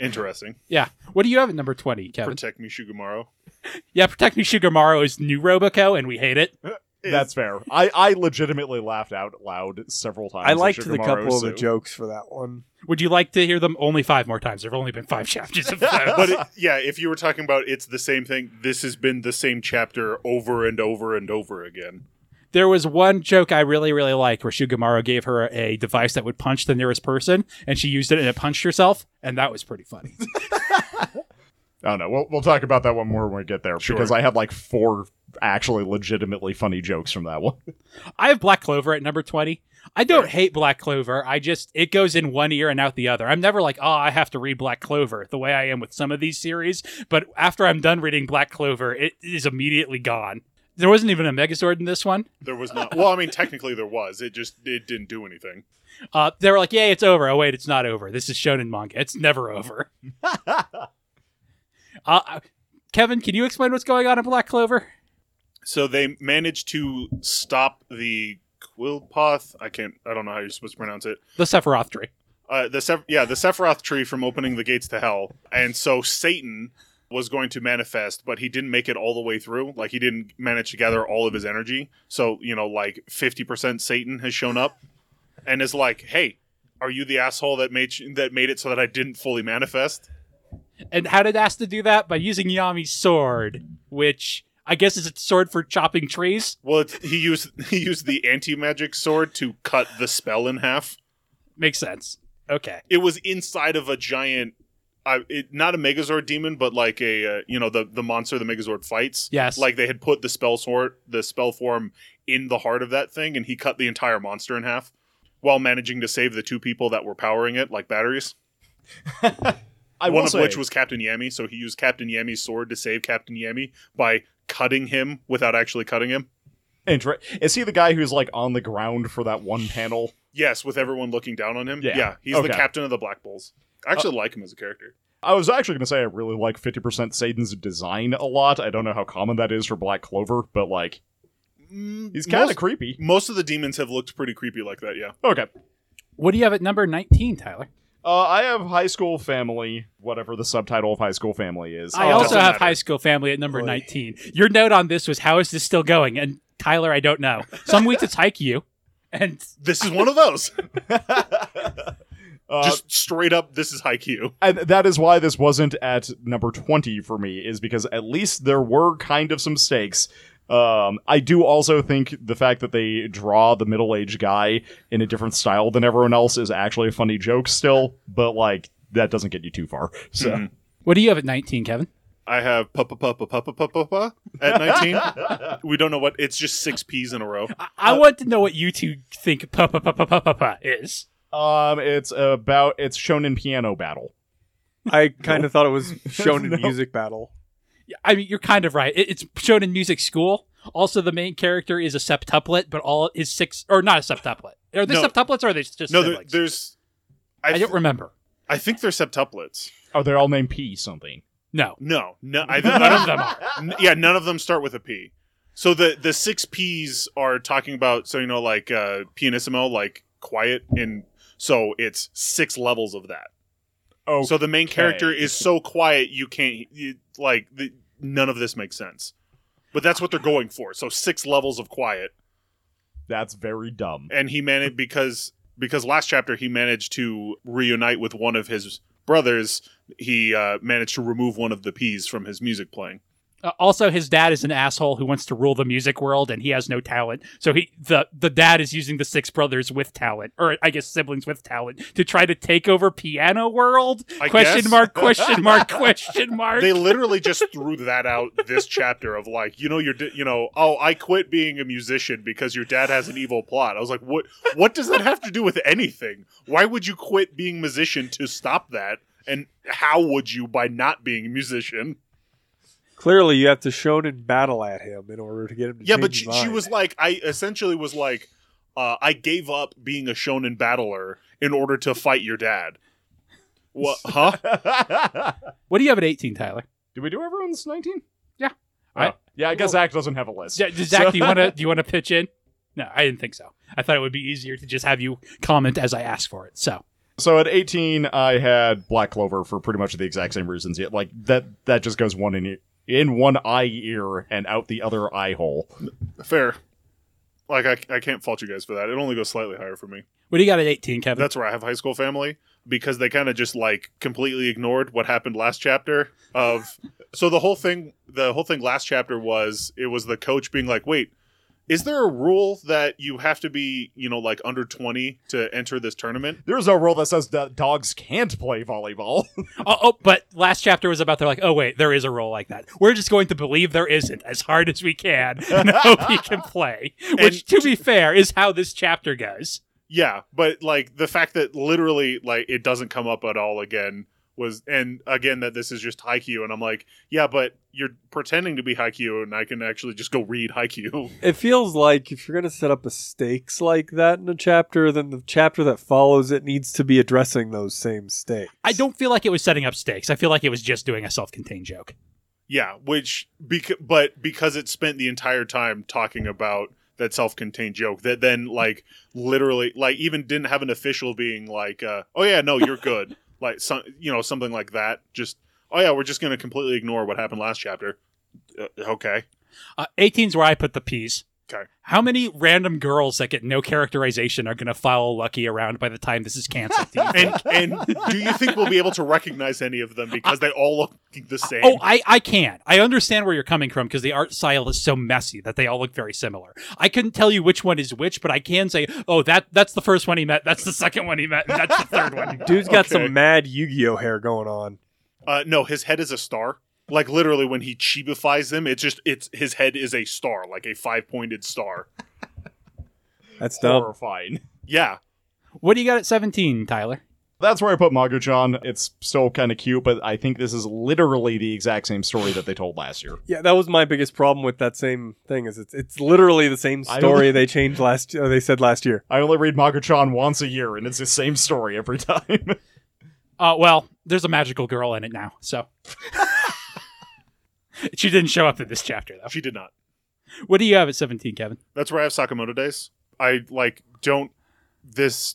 S2: Interesting.
S1: yeah. What do you have at number 20, Kevin?
S2: Protect me, Shugamaru.
S1: yeah, Protect Me Shugamaru is new Robico, and we hate it.
S2: Is-
S3: That's fair. I, I legitimately laughed out loud several times.
S4: I
S3: at
S4: liked the
S3: Shikamaru
S4: couple of the
S3: Su.
S4: jokes for that one.
S1: Would you like to hear them only five more times? There have only been five chapters of those.
S2: But it, yeah, if you were talking about it's the same thing, this has been the same chapter over and over and over again.
S1: there was one joke I really, really liked where Shugamaru gave her a device that would punch the nearest person, and she used it and it punched herself, and that was pretty funny.
S3: I don't know. We'll, we'll talk about that one more when we get there
S2: Sure.
S3: because I had like four actually legitimately funny jokes from that one.
S1: I have Black Clover at number 20. I don't hate Black Clover. I just, it goes in one ear and out the other. I'm never like, oh, I have to read Black Clover the way I am with some of these series. But after I'm done reading Black Clover, it is immediately gone. There wasn't even a Megazord in this one.
S2: There was not. Well, I mean, technically there was. It just it didn't do anything.
S1: Uh, they were like, "Yay, it's over." Oh wait, it's not over. This is shonen manga. It's never over. uh, Kevin, can you explain what's going on in Black Clover?
S2: So they managed to stop the Quillpoth. I can't. I don't know how you're supposed to pronounce it.
S1: The Sephiroth tree.
S2: uh, the Seph- yeah the Sephiroth tree from opening the gates to hell, and so Satan was going to manifest, but he didn't make it all the way through. Like he didn't manage to gather all of his energy. So you know, like fifty percent Satan has shown up, and is like, "Hey, are you the asshole that made sh- that made it so that I didn't fully manifest?"
S1: And how did Asta do that? By using Yami's sword, which I guess is a sword for chopping trees.
S2: Well, it's, he used he used the anti magic sword to cut the spell in half.
S1: Makes sense. Okay.
S2: it was inside of a giant I it, not a megazord demon but like a uh, you know the the monster the megazord fights
S1: Yes.
S2: like they had put the spell sword the spell form in the heart of that thing and he cut the entire monster in half while managing to save the two people that were powering it like batteries
S3: I
S2: one
S3: will
S2: of
S3: say-
S2: which was captain yami so he used captain yami's sword to save captain yami by cutting him without actually cutting him
S3: Inter- is he the guy who's like on the ground for that one panel?
S2: yes with everyone looking down on him
S3: Yeah.
S2: he's the
S3: Okay. Uh,
S2: captain of the black bulls i actually like him as a character
S3: I was actually going to say I really like 50% Satan's design a lot. I don't know how common that is for Black Clover, but like he's kind
S2: Most-
S3: of creepy.
S2: most of the demons have looked pretty creepy like that yeah
S3: Okay.
S1: What do you have at number nineteen, Tyler?
S3: Uh, I have High School Family, whatever the subtitle of High School Family is.
S1: I
S2: Oh,
S1: also
S2: doesn't
S1: have
S2: matter.
S1: High School Family at number
S4: Oy.
S1: nineteen. Your note on this was, "How is this still going?" And Tyler, I don't know. Some weeks it's Haikyuu, and
S2: This is one of those.
S3: Uh,
S2: Just straight up, this is Haikyuu.
S3: and that is why this wasn't at number 20 for me is because at least there were kind of some stakes um, I do also think the fact that they draw the middle-aged guy in a different style than everyone else is actually a funny joke still, but like that doesn't get you too far. So
S1: what do you have at nineteen, Kevin?
S2: I have papa papa papa papa papa at 19. we don't know what, it's just six P's in a row.
S1: I want to know what you two think pa pa pa pa pa pa pa is.
S3: um, it's about it's shown in piano battle.
S4: I kind of thought it was shown in
S3: No.
S4: music battle.
S1: I mean, you're kind of right. It, it's shown in music school. Also, the main character is a septuplet, but all is six or not a septuplet. Are they
S2: No.
S1: septuplets or are they just
S2: No, there,
S1: siblings?
S2: there's, I,
S1: I,
S2: th-
S1: don't remember.
S2: I think they're septuplets.
S3: Oh, they're all named P something.
S1: No,
S2: No, no, I think
S1: none of
S2: none
S1: them are.
S2: of them. Yeah, none of them start with a P. So the, the six P's are talking about, so you know, like uh, pianissimo, like quiet, and so it's six levels of that.
S3: Oh,
S2: So the main
S3: Okay.
S2: character is so quiet you can't you, like the, none of this makes sense. But that's what they're going for. So six levels of quiet,
S3: that's very dumb.
S2: and he managed because because last chapter he managed to reunite with one of his brothers. He uh, managed to remove one of the peas from his music playing.
S1: Uh, also, his dad is an asshole who wants to rule the music world, and he has no talent. So he the the dad is using the six brothers with talent, or I guess siblings with talent, to try to take over piano world.
S2: I
S1: question
S2: guess.
S1: mark? Question mark? question mark?
S2: They literally just threw that out this chapter of like, you know, you're, di- you know, oh, I quit being a musician because your dad has an evil plot. I was like, what? What does that have to do with anything? Why would you quit being musician to stop that? And how would you by not being a musician?
S4: Clearly, you have to shonen battle at him in order to get him to
S2: yeah
S4: change
S2: but
S4: his
S2: she, she
S4: mind.
S2: was like i essentially was like uh, i gave up being a shonen battler in order to fight your dad what huh
S1: what do you have at eighteen, Tyler?
S3: Did we do everyone's 19?
S1: Yeah.
S3: Oh.
S1: I-
S3: yeah, I guess Zach doesn't have a list.
S1: Z- Zach, do you want to do you want to pitch in? No, I didn't think so. I thought it would be easier to just have you comment as I ask for it. So
S3: So at 18, I had Black Clover for pretty much the exact same reasons. It, like that, that just goes one in e- in one eye ear and out the other eye hole.
S2: fair like I, I can't fault you guys for that it only goes slightly higher for me
S1: what do you got at eighteen, Kevin?
S2: that's where i have high school family because they kind of just like completely ignored what happened last chapter of so the whole thing the whole thing last chapter was it was the coach being like wait is there a rule that you have to be you know like under 20 to enter this tournament
S3: There's no rule that says that dogs can't play volleyball.
S1: Oh, oh, but last chapter was about they're like, oh wait, there is a role like that. We're just going to believe there isn't as hard as we can and hope he can play. Which, to be fair, is how this chapter goes.
S2: Yeah, but like the fact that literally like it doesn't come up at all again was and again that this is just Haikyuu and I'm like, yeah, but you're pretending to be Haikyuu and I can actually just go read Haikyuu.
S4: It feels like if you're going to set up a stakes like that in a chapter, then the chapter that follows it needs to be addressing those same stakes.
S1: I don't feel like it was setting up stakes. I feel like it was just doing a self-contained joke.
S2: Yeah, which bec- but because it spent the entire time talking about that self-contained joke that then like literally like even didn't have an official being like, uh, oh yeah, no, you're good. like some you know something like that. Just oh yeah, we're just going to completely ignore what happened last chapter. Uh, okay.
S1: Uh, 18's where I put the piece.
S2: Okay.
S1: How many random girls that get no characterization are going to follow Lucky around by the time this is canceled? do you think?
S2: and and do you think we'll be able to recognize any of them because they all look the same?
S1: Oh, I, I can. I understand where you're coming from because the art style is so messy that they all look very similar. I couldn't tell you which one is which, but I can say, oh, that that's the first one he met. That's the second one he met. And that's the third one. he met."
S4: Dude's got
S2: Okay.
S4: some mad Yu-Gi-Oh hair going on.
S2: uh, no, his head is a star. Like literally, when he chibifies them, it's just it's his head is a star, like a five pointed star.
S4: That's dumb.
S3: Horrifying.
S2: Yeah,
S1: What do you got at 17, Tyler?
S3: That's where I put Magu-chan. It's still kind of cute, but I think this is literally the exact same story that they told last year.
S4: Yeah, that was my biggest problem with that same thing. Is it's it's literally the same
S3: I don't-
S4: story they changed last. Or they said last year.
S3: I only read Magu-chan once a year, and it's the same story every time.
S1: Uh, well, there's a magical girl in it now, so. she didn't show up in this chapter, though.
S2: she did not.
S1: What do you have at 17, Kevin?
S2: That's where I have Sakamoto days. I like don't this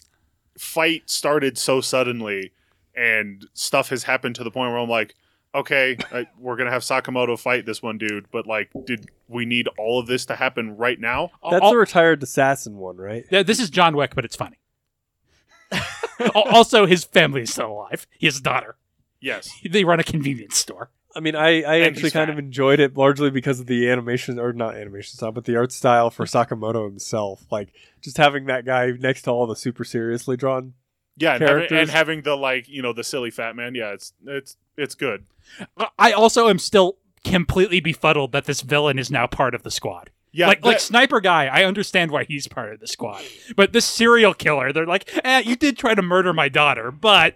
S2: fight started so suddenly, and stuff has happened to the point where I'm like, okay, I, we're gonna have Sakamoto fight this one dude, but like, did we need all of this to happen right now?
S4: That's
S1: All-
S4: the retired assassin one, right?
S1: Yeah, this is John Wick, but it's funny. Al- also, his family is still alive. His daughter.
S2: Yes.
S1: They run a convenience store.
S4: I mean, I, I
S2: And
S4: actually
S2: he's
S4: kind
S2: fat.
S4: of enjoyed it largely because of the animation, or not animation style, but the art style for Sakamoto himself. Like, just having that guy next to all the super seriously drawn.
S2: Yeah, and having, and
S4: characters.
S2: having the like, you know, the silly fat man. Yeah, it's it's it's good.
S1: I- I also am still completely befuddled that this villain is now part of the squad.
S2: Yeah,
S1: like like
S2: that-
S1: sniper guy, I understand why he's part of the squad. But this serial killer, they're like, eh, you did try to murder my daughter, but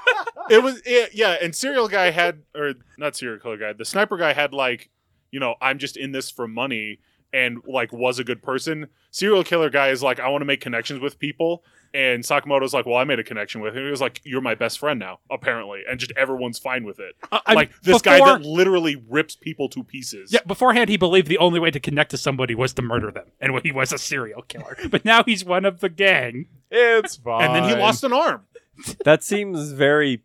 S2: it was it, yeah. And serial guy had or not serial killer guy. The sniper guy had like, you know, I'm just in this for money and like was a good person. Serial killer guy is like, I want to make connections with people. And Sakamoto's like, well, I made a connection with him. He was like, you're my best friend now, apparently, and just everyone's fine with it.
S1: I- I'm-
S2: like this guy
S1: before-
S2: that literally rips people to pieces.
S1: yeah, beforehand he believed the only way to connect to somebody was to murder them, and he was a serial killer. But now he's one of the gang.
S3: it's fine.
S2: And then he lost an arm.
S4: That seems very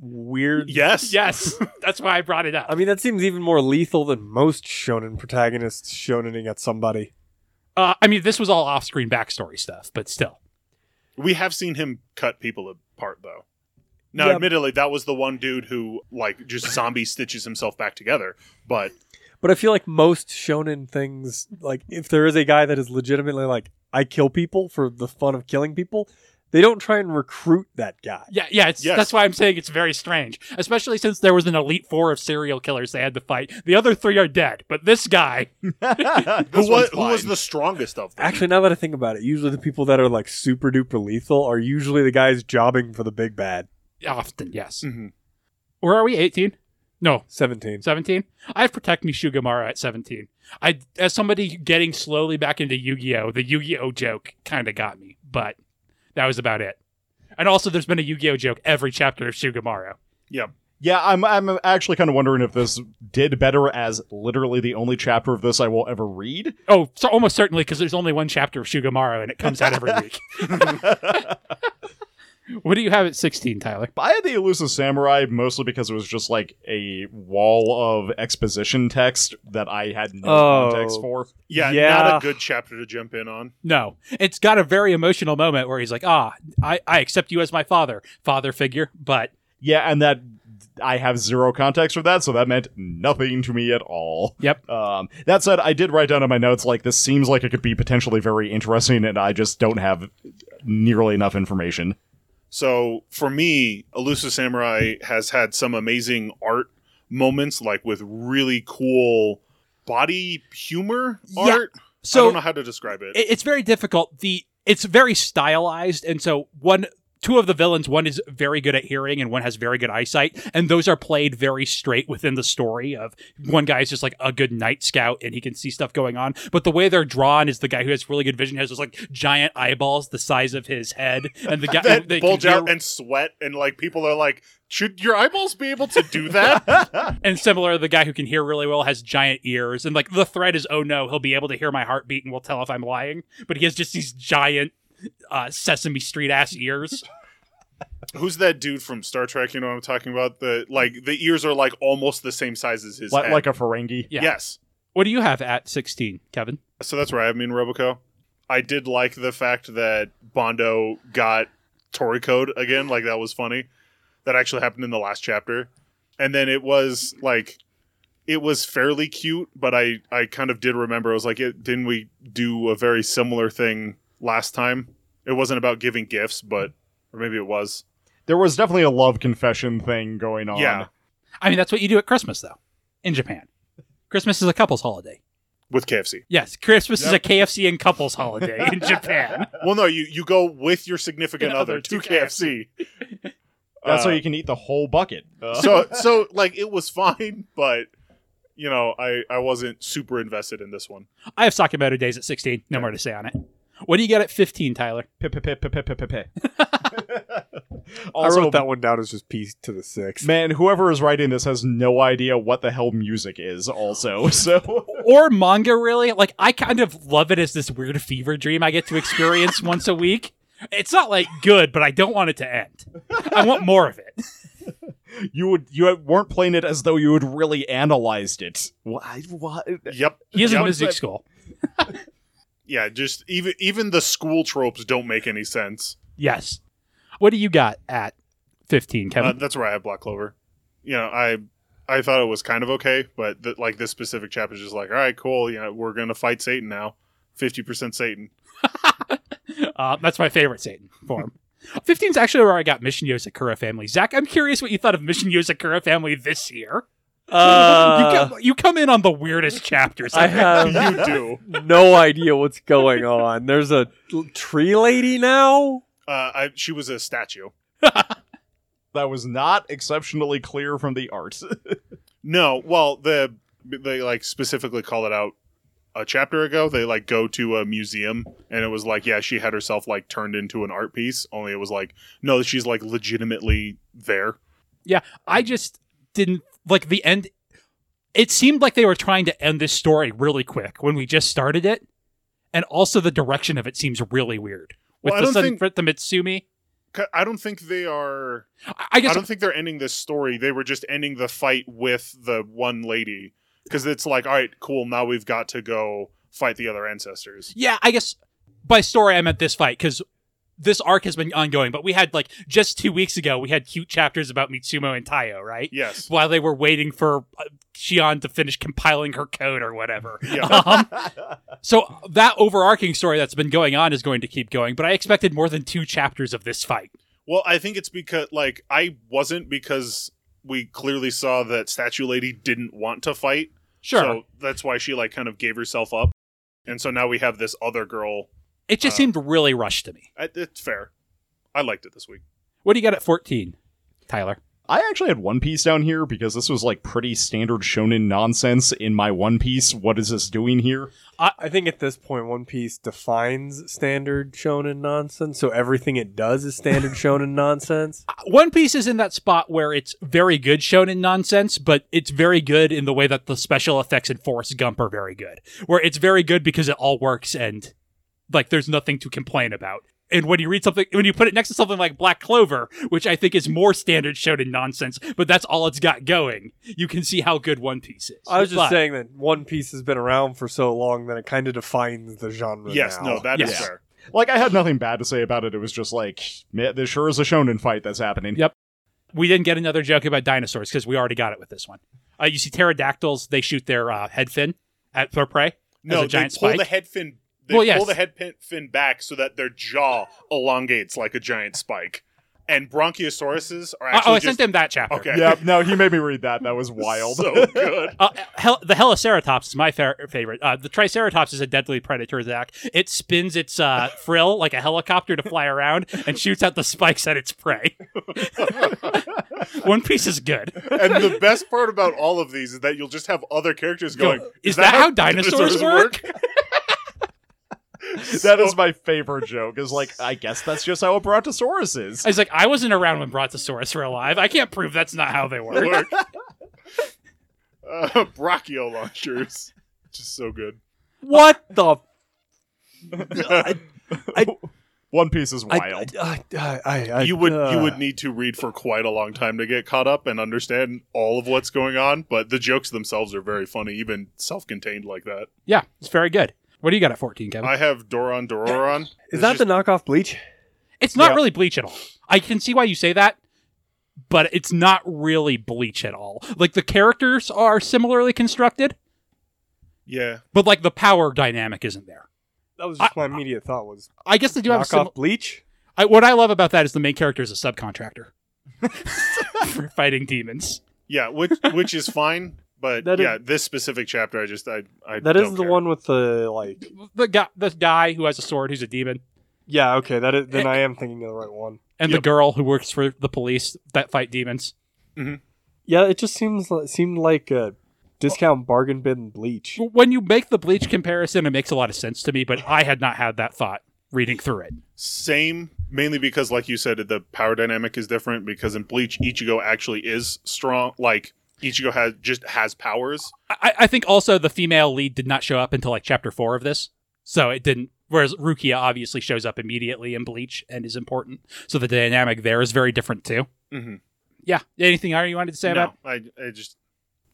S4: weird.
S2: Yes.
S1: Yes, that's why I brought it up.
S4: I mean, that seems even more lethal than most shonen protagonists shonening at somebody.
S1: Uh, I mean, this was all off-screen backstory stuff, but still.
S2: We have seen him cut people apart though. Now,
S4: Yeah.
S2: admittedly, that was the one dude who like just zombie stitches himself back together. But
S4: But I feel like most shonen things, like if there is a guy that is legitimately like, I kill people for the fun of killing people, they don't try and recruit that guy.
S1: Yeah, yeah. It's,
S2: Yes.
S1: That's why I'm saying it's very strange, especially since there was an elite four of serial killers they had to fight. The other three are dead, but this guy,
S2: who was, who was the strongest of them?
S4: Actually, now that I think about it, usually the people that are like super duper lethal are usually the guys jobbing for the big bad.
S1: often yes.
S2: Mhm.
S1: Where are we? 18? No,
S4: 17.
S1: 17. I have Protect Me Shugamara at 17. I, as somebody getting slowly back into Yu-Gi-Oh, the Yu-Gi-Oh joke kind of got me, but that was about it. And also, there's been a Yu-Gi-Oh joke every chapter of Shugamaro.
S3: Yeah, I'm I'm actually kind of wondering if this did better as literally the only chapter of this I will ever read.
S1: Oh, so almost certainly because there's only one chapter of Shugamaro and it comes out every week. what do you have at 16, Tyler?
S3: I had the Elusive Samurai mostly because it was just like a wall of exposition text that I had no
S4: Oh.
S3: context for.
S2: Yeah,
S4: Yeah.
S2: not a good chapter to jump in on.
S1: No, it's got a very emotional moment where he's like, "Ah, I, I accept you as my father, father figure." But
S3: Yeah, and that I have zero context for that, so that meant nothing to me at all.
S1: Yep.
S3: Um, that said, I did write down in my notes like this seems like it could be potentially very interesting, and I just don't have nearly enough information.
S2: So for me, Elusive Samurai has had some amazing art moments, like with really cool body humor
S1: Yeah.
S2: art. I
S1: so
S2: don't know how to describe it.
S1: it- it's very difficult. The it's very stylized, and so one two of the villains, one is very good at hearing, and one has very good eyesight, and those are played very straight within the story. Of one guy is just like a good night scout, and he can see stuff going on, but the way they're drawn is the guy who has really good vision has those like giant eyeballs the size of his head, and the guy
S2: that
S1: they can
S2: bulge
S1: hear-
S2: out and sweat, and like people are like, should your eyeballs be able to do that?
S1: And similar, the guy who can hear really well has giant ears, and like the threat is, oh no, he'll be able to hear my heartbeat and will tell if I'm lying. But he has just these giant uh, Sesame Street ass ears.
S2: Who's that dude from Star Trek? You know what I'm talking about? The like the ears are like almost the same size as his
S3: Like,
S2: head.
S3: like a Ferengi.
S1: Yeah.
S2: Yes.
S1: What do you have at 16, Kevin?
S2: So that's where I have me in Roboco. I did like the fact that Bondo got Tory code again. Like that was funny. That actually happened in the last chapter. And then it was like it was fairly cute, but I I kind of did remember I was like, it, didn't we do a very similar thing last time? It wasn't about giving gifts, but or maybe it was.
S3: There was definitely a love confession thing going on.
S2: Yeah.
S1: I mean, that's what you do at Christmas, though, in Japan. Christmas is a couple's holiday.
S2: With KFC.
S1: Yes, Christmas is
S2: Yep.
S1: a KFC and couples holiday in Japan.
S2: Well, no, you you go with your significant
S1: Another
S2: other to
S1: to KFC.
S2: KFC.
S3: That's
S2: Uh,
S3: how you can eat the whole bucket. Uh,
S2: so so like it was fine, but you know, I I wasn't super invested in this one.
S1: I have Sakamoto Days at 16. No more to say on it. What do you get at 15, Tyler?
S3: Pip, pip, pip, pip, pip, pip, pip, pip.
S4: I
S3: Also,
S4: wrote that one down as just P to the six.
S3: man, whoever is writing this has no idea what the hell music is. Also, so
S1: Or manga, really? Like, I kind of love it as this weird fever dream I get to experience once a week. It's not like good, but I don't want it to end. I want more of it.
S3: you would you weren't playing it as though you had really analyzed it. Why? What?
S2: Yep.
S1: He is in
S2: Yep.
S1: music school.
S2: Yeah, just even even the school tropes don't make any sense.
S1: Yes. What do you got at 15,
S2: Uh,
S1: Kevin?
S2: that's where I have Black Clover. You know, I I thought it was kind of okay, but th- like this specific chapter is just like, all right, cool. You know, we're gonna fight Satan now. Fifty percent Satan.
S1: Uh, that's my favorite Satan form. 15 is actually where I got Mission Yosakura Family. Zach, I'm curious what you thought of Mission Yosakura Family this year. you,
S4: Uh,
S1: come, you come in on the weirdest chapters.
S4: I
S1: Oh,
S4: have
S2: you do.
S4: no idea what's going on. There's a l- tree lady now.
S2: Uh, I, she was a statue.
S3: That was not exceptionally clear from the art.
S2: No, well, the they like specifically call it out a chapter ago. They like go to a museum and it was like, yeah, she had herself like turned into an art piece. Only it was like, no, she's like legitimately there.
S1: I just didn't like the end. It seemed like they were trying to end this story really quick when we just started it, and also the direction of it seems really weird with
S2: Well, I
S1: the
S2: don't
S1: sudden
S2: think-
S1: the Mitsumi.
S2: 'Cause I don't think they are.
S1: I, I
S2: I
S1: guess
S2: don't think they're ending this story. They were just ending the fight with the one lady because it's like, all right, cool. Now we've got to go fight the other ancestors.
S1: yeah, I guess by story I meant this fight because this arc has been ongoing, but we had like just two weeks ago, we had cute chapters about Mitsumo and Tayo, right?
S2: Yes.
S1: While they were waiting for uh, Shion to finish compiling her code or whatever.
S2: Yeah.
S1: Um, so that overarching story that's been going on is going to keep going, but I expected more than two chapters of this fight.
S2: Well, I think it's because like I wasn't because we clearly saw that Statue Lady didn't want to fight.
S1: Sure.
S2: So that's why she like kind of gave herself up. And so now we have this other girl.
S1: it just
S2: uh,
S1: seemed really rushed to me.
S2: I- It's fair. I liked it this week.
S1: What do you got at 14, Tyler?
S3: I actually had One Piece down here because this was like pretty standard shonen nonsense in my One Piece. What is this doing here?
S4: I think at this point, One Piece defines standard shonen nonsense, so everything it does is standard shonen nonsense.
S1: One Piece is in that spot where it's very good shonen nonsense, but it's very good in the way that the special effects in Forrest Gump are very good. Where it's very good because it all works and like there's nothing to complain about. And when you read something, when you put it next to something like Black Clover, which I think is more standard shonen nonsense, but that's all it's got going, you can see how good One Piece is.
S4: I was just
S1: But-
S4: saying that One Piece has been around for so long that it kind of defines the genre.
S2: Yes,
S4: now.
S2: no, that is
S1: Yes.
S2: fair.
S3: Like, I had nothing bad to say about it. It was just like, man, this sure is a shonen fight that's happening.
S1: Yep. we didn't get another joke about dinosaurs because we already got it with this one. Uh, you see pterodactyls; they shoot their uh, head fin at their prey.
S2: No,
S1: as a giant
S2: they pull
S1: spike.
S2: the head fin they
S1: Well, yes.
S2: pull the head pin, fin back so that their jaw elongates like a giant spike. And brontchiosauruses are
S1: Uh,
S2: actually
S1: oh, I
S2: just
S1: sent them that chapter.
S2: Okay.
S3: Yep. No, he made me read that. That was wild.
S2: so good.
S1: Uh, hel- the Heliceratops is my fa- favorite. Uh, the Triceratops is a deadly predator, Zach. It spins its uh, frill like a helicopter to fly around and shoots out the spikes at its prey. One Piece is good.
S2: and the best part about all of these is that you'll just have other characters
S1: Go,
S2: going.
S1: is that how dinosaurs
S3: That is my favorite joke. Is like, I guess that's just how a Brontosaurus is.
S1: I was like, I wasn't around when Brontosaurus were alive. I can't prove that's not how they work.
S2: work? uh, brachio launchers, just so good.
S4: What the? I,
S3: One Piece is
S4: I,
S3: wild.
S4: I, I, I- I-
S2: you would you
S4: uh,
S2: would need to read for quite a long time to get caught up and understand all of what's going on. But the jokes themselves are very funny, even self-contained like that.
S1: Yeah, it's very good. What do you got at 14, Kevin?
S2: I have Doron Dororon.
S4: Is that the knockoff Bleach?
S1: It's not
S2: Yeah.
S1: really bleach at all. I can see why you say that, but it's not really bleach at all. Like the characters are similarly constructed,
S2: yeah?
S1: but like the power dynamic isn't there.
S4: That was just my immediate thought was
S1: I guess they do have
S4: knockoff
S1: some.
S4: Bleach.
S1: I, what I love about that is the main character is a subcontractor for fighting demons.
S2: Yeah, which which is fine, but
S4: That is-
S2: yeah, this specific chapter, I just I I
S4: That is
S2: don't
S4: the
S2: care.
S4: one with the like.
S1: The guy, the guy who has a sword, who's a demon,
S4: Yeah, okay. That is, then I am thinking of the right one.
S1: and the girl who works for the police that fight demons.
S4: Yeah, it just seems li- seemed like a discount bargain bin Bleach.
S1: When you make the bleach comparison, it makes a lot of sense to me. But I had not had that thought reading through it.
S2: Same, mainly because, like you said, the power dynamic is different. Because in Bleach, Ichigo actually is strong. Like Ichigo has just has powers.
S1: I, I think also the female lead did not show up until like chapter four of this, so it didn't. Whereas Rukia obviously shows up immediately in Bleach and is important, so the dynamic there is very different too.
S2: Mhm.
S1: Yeah. Anything Ira, you wanted to say
S2: no,
S1: about?
S2: I I just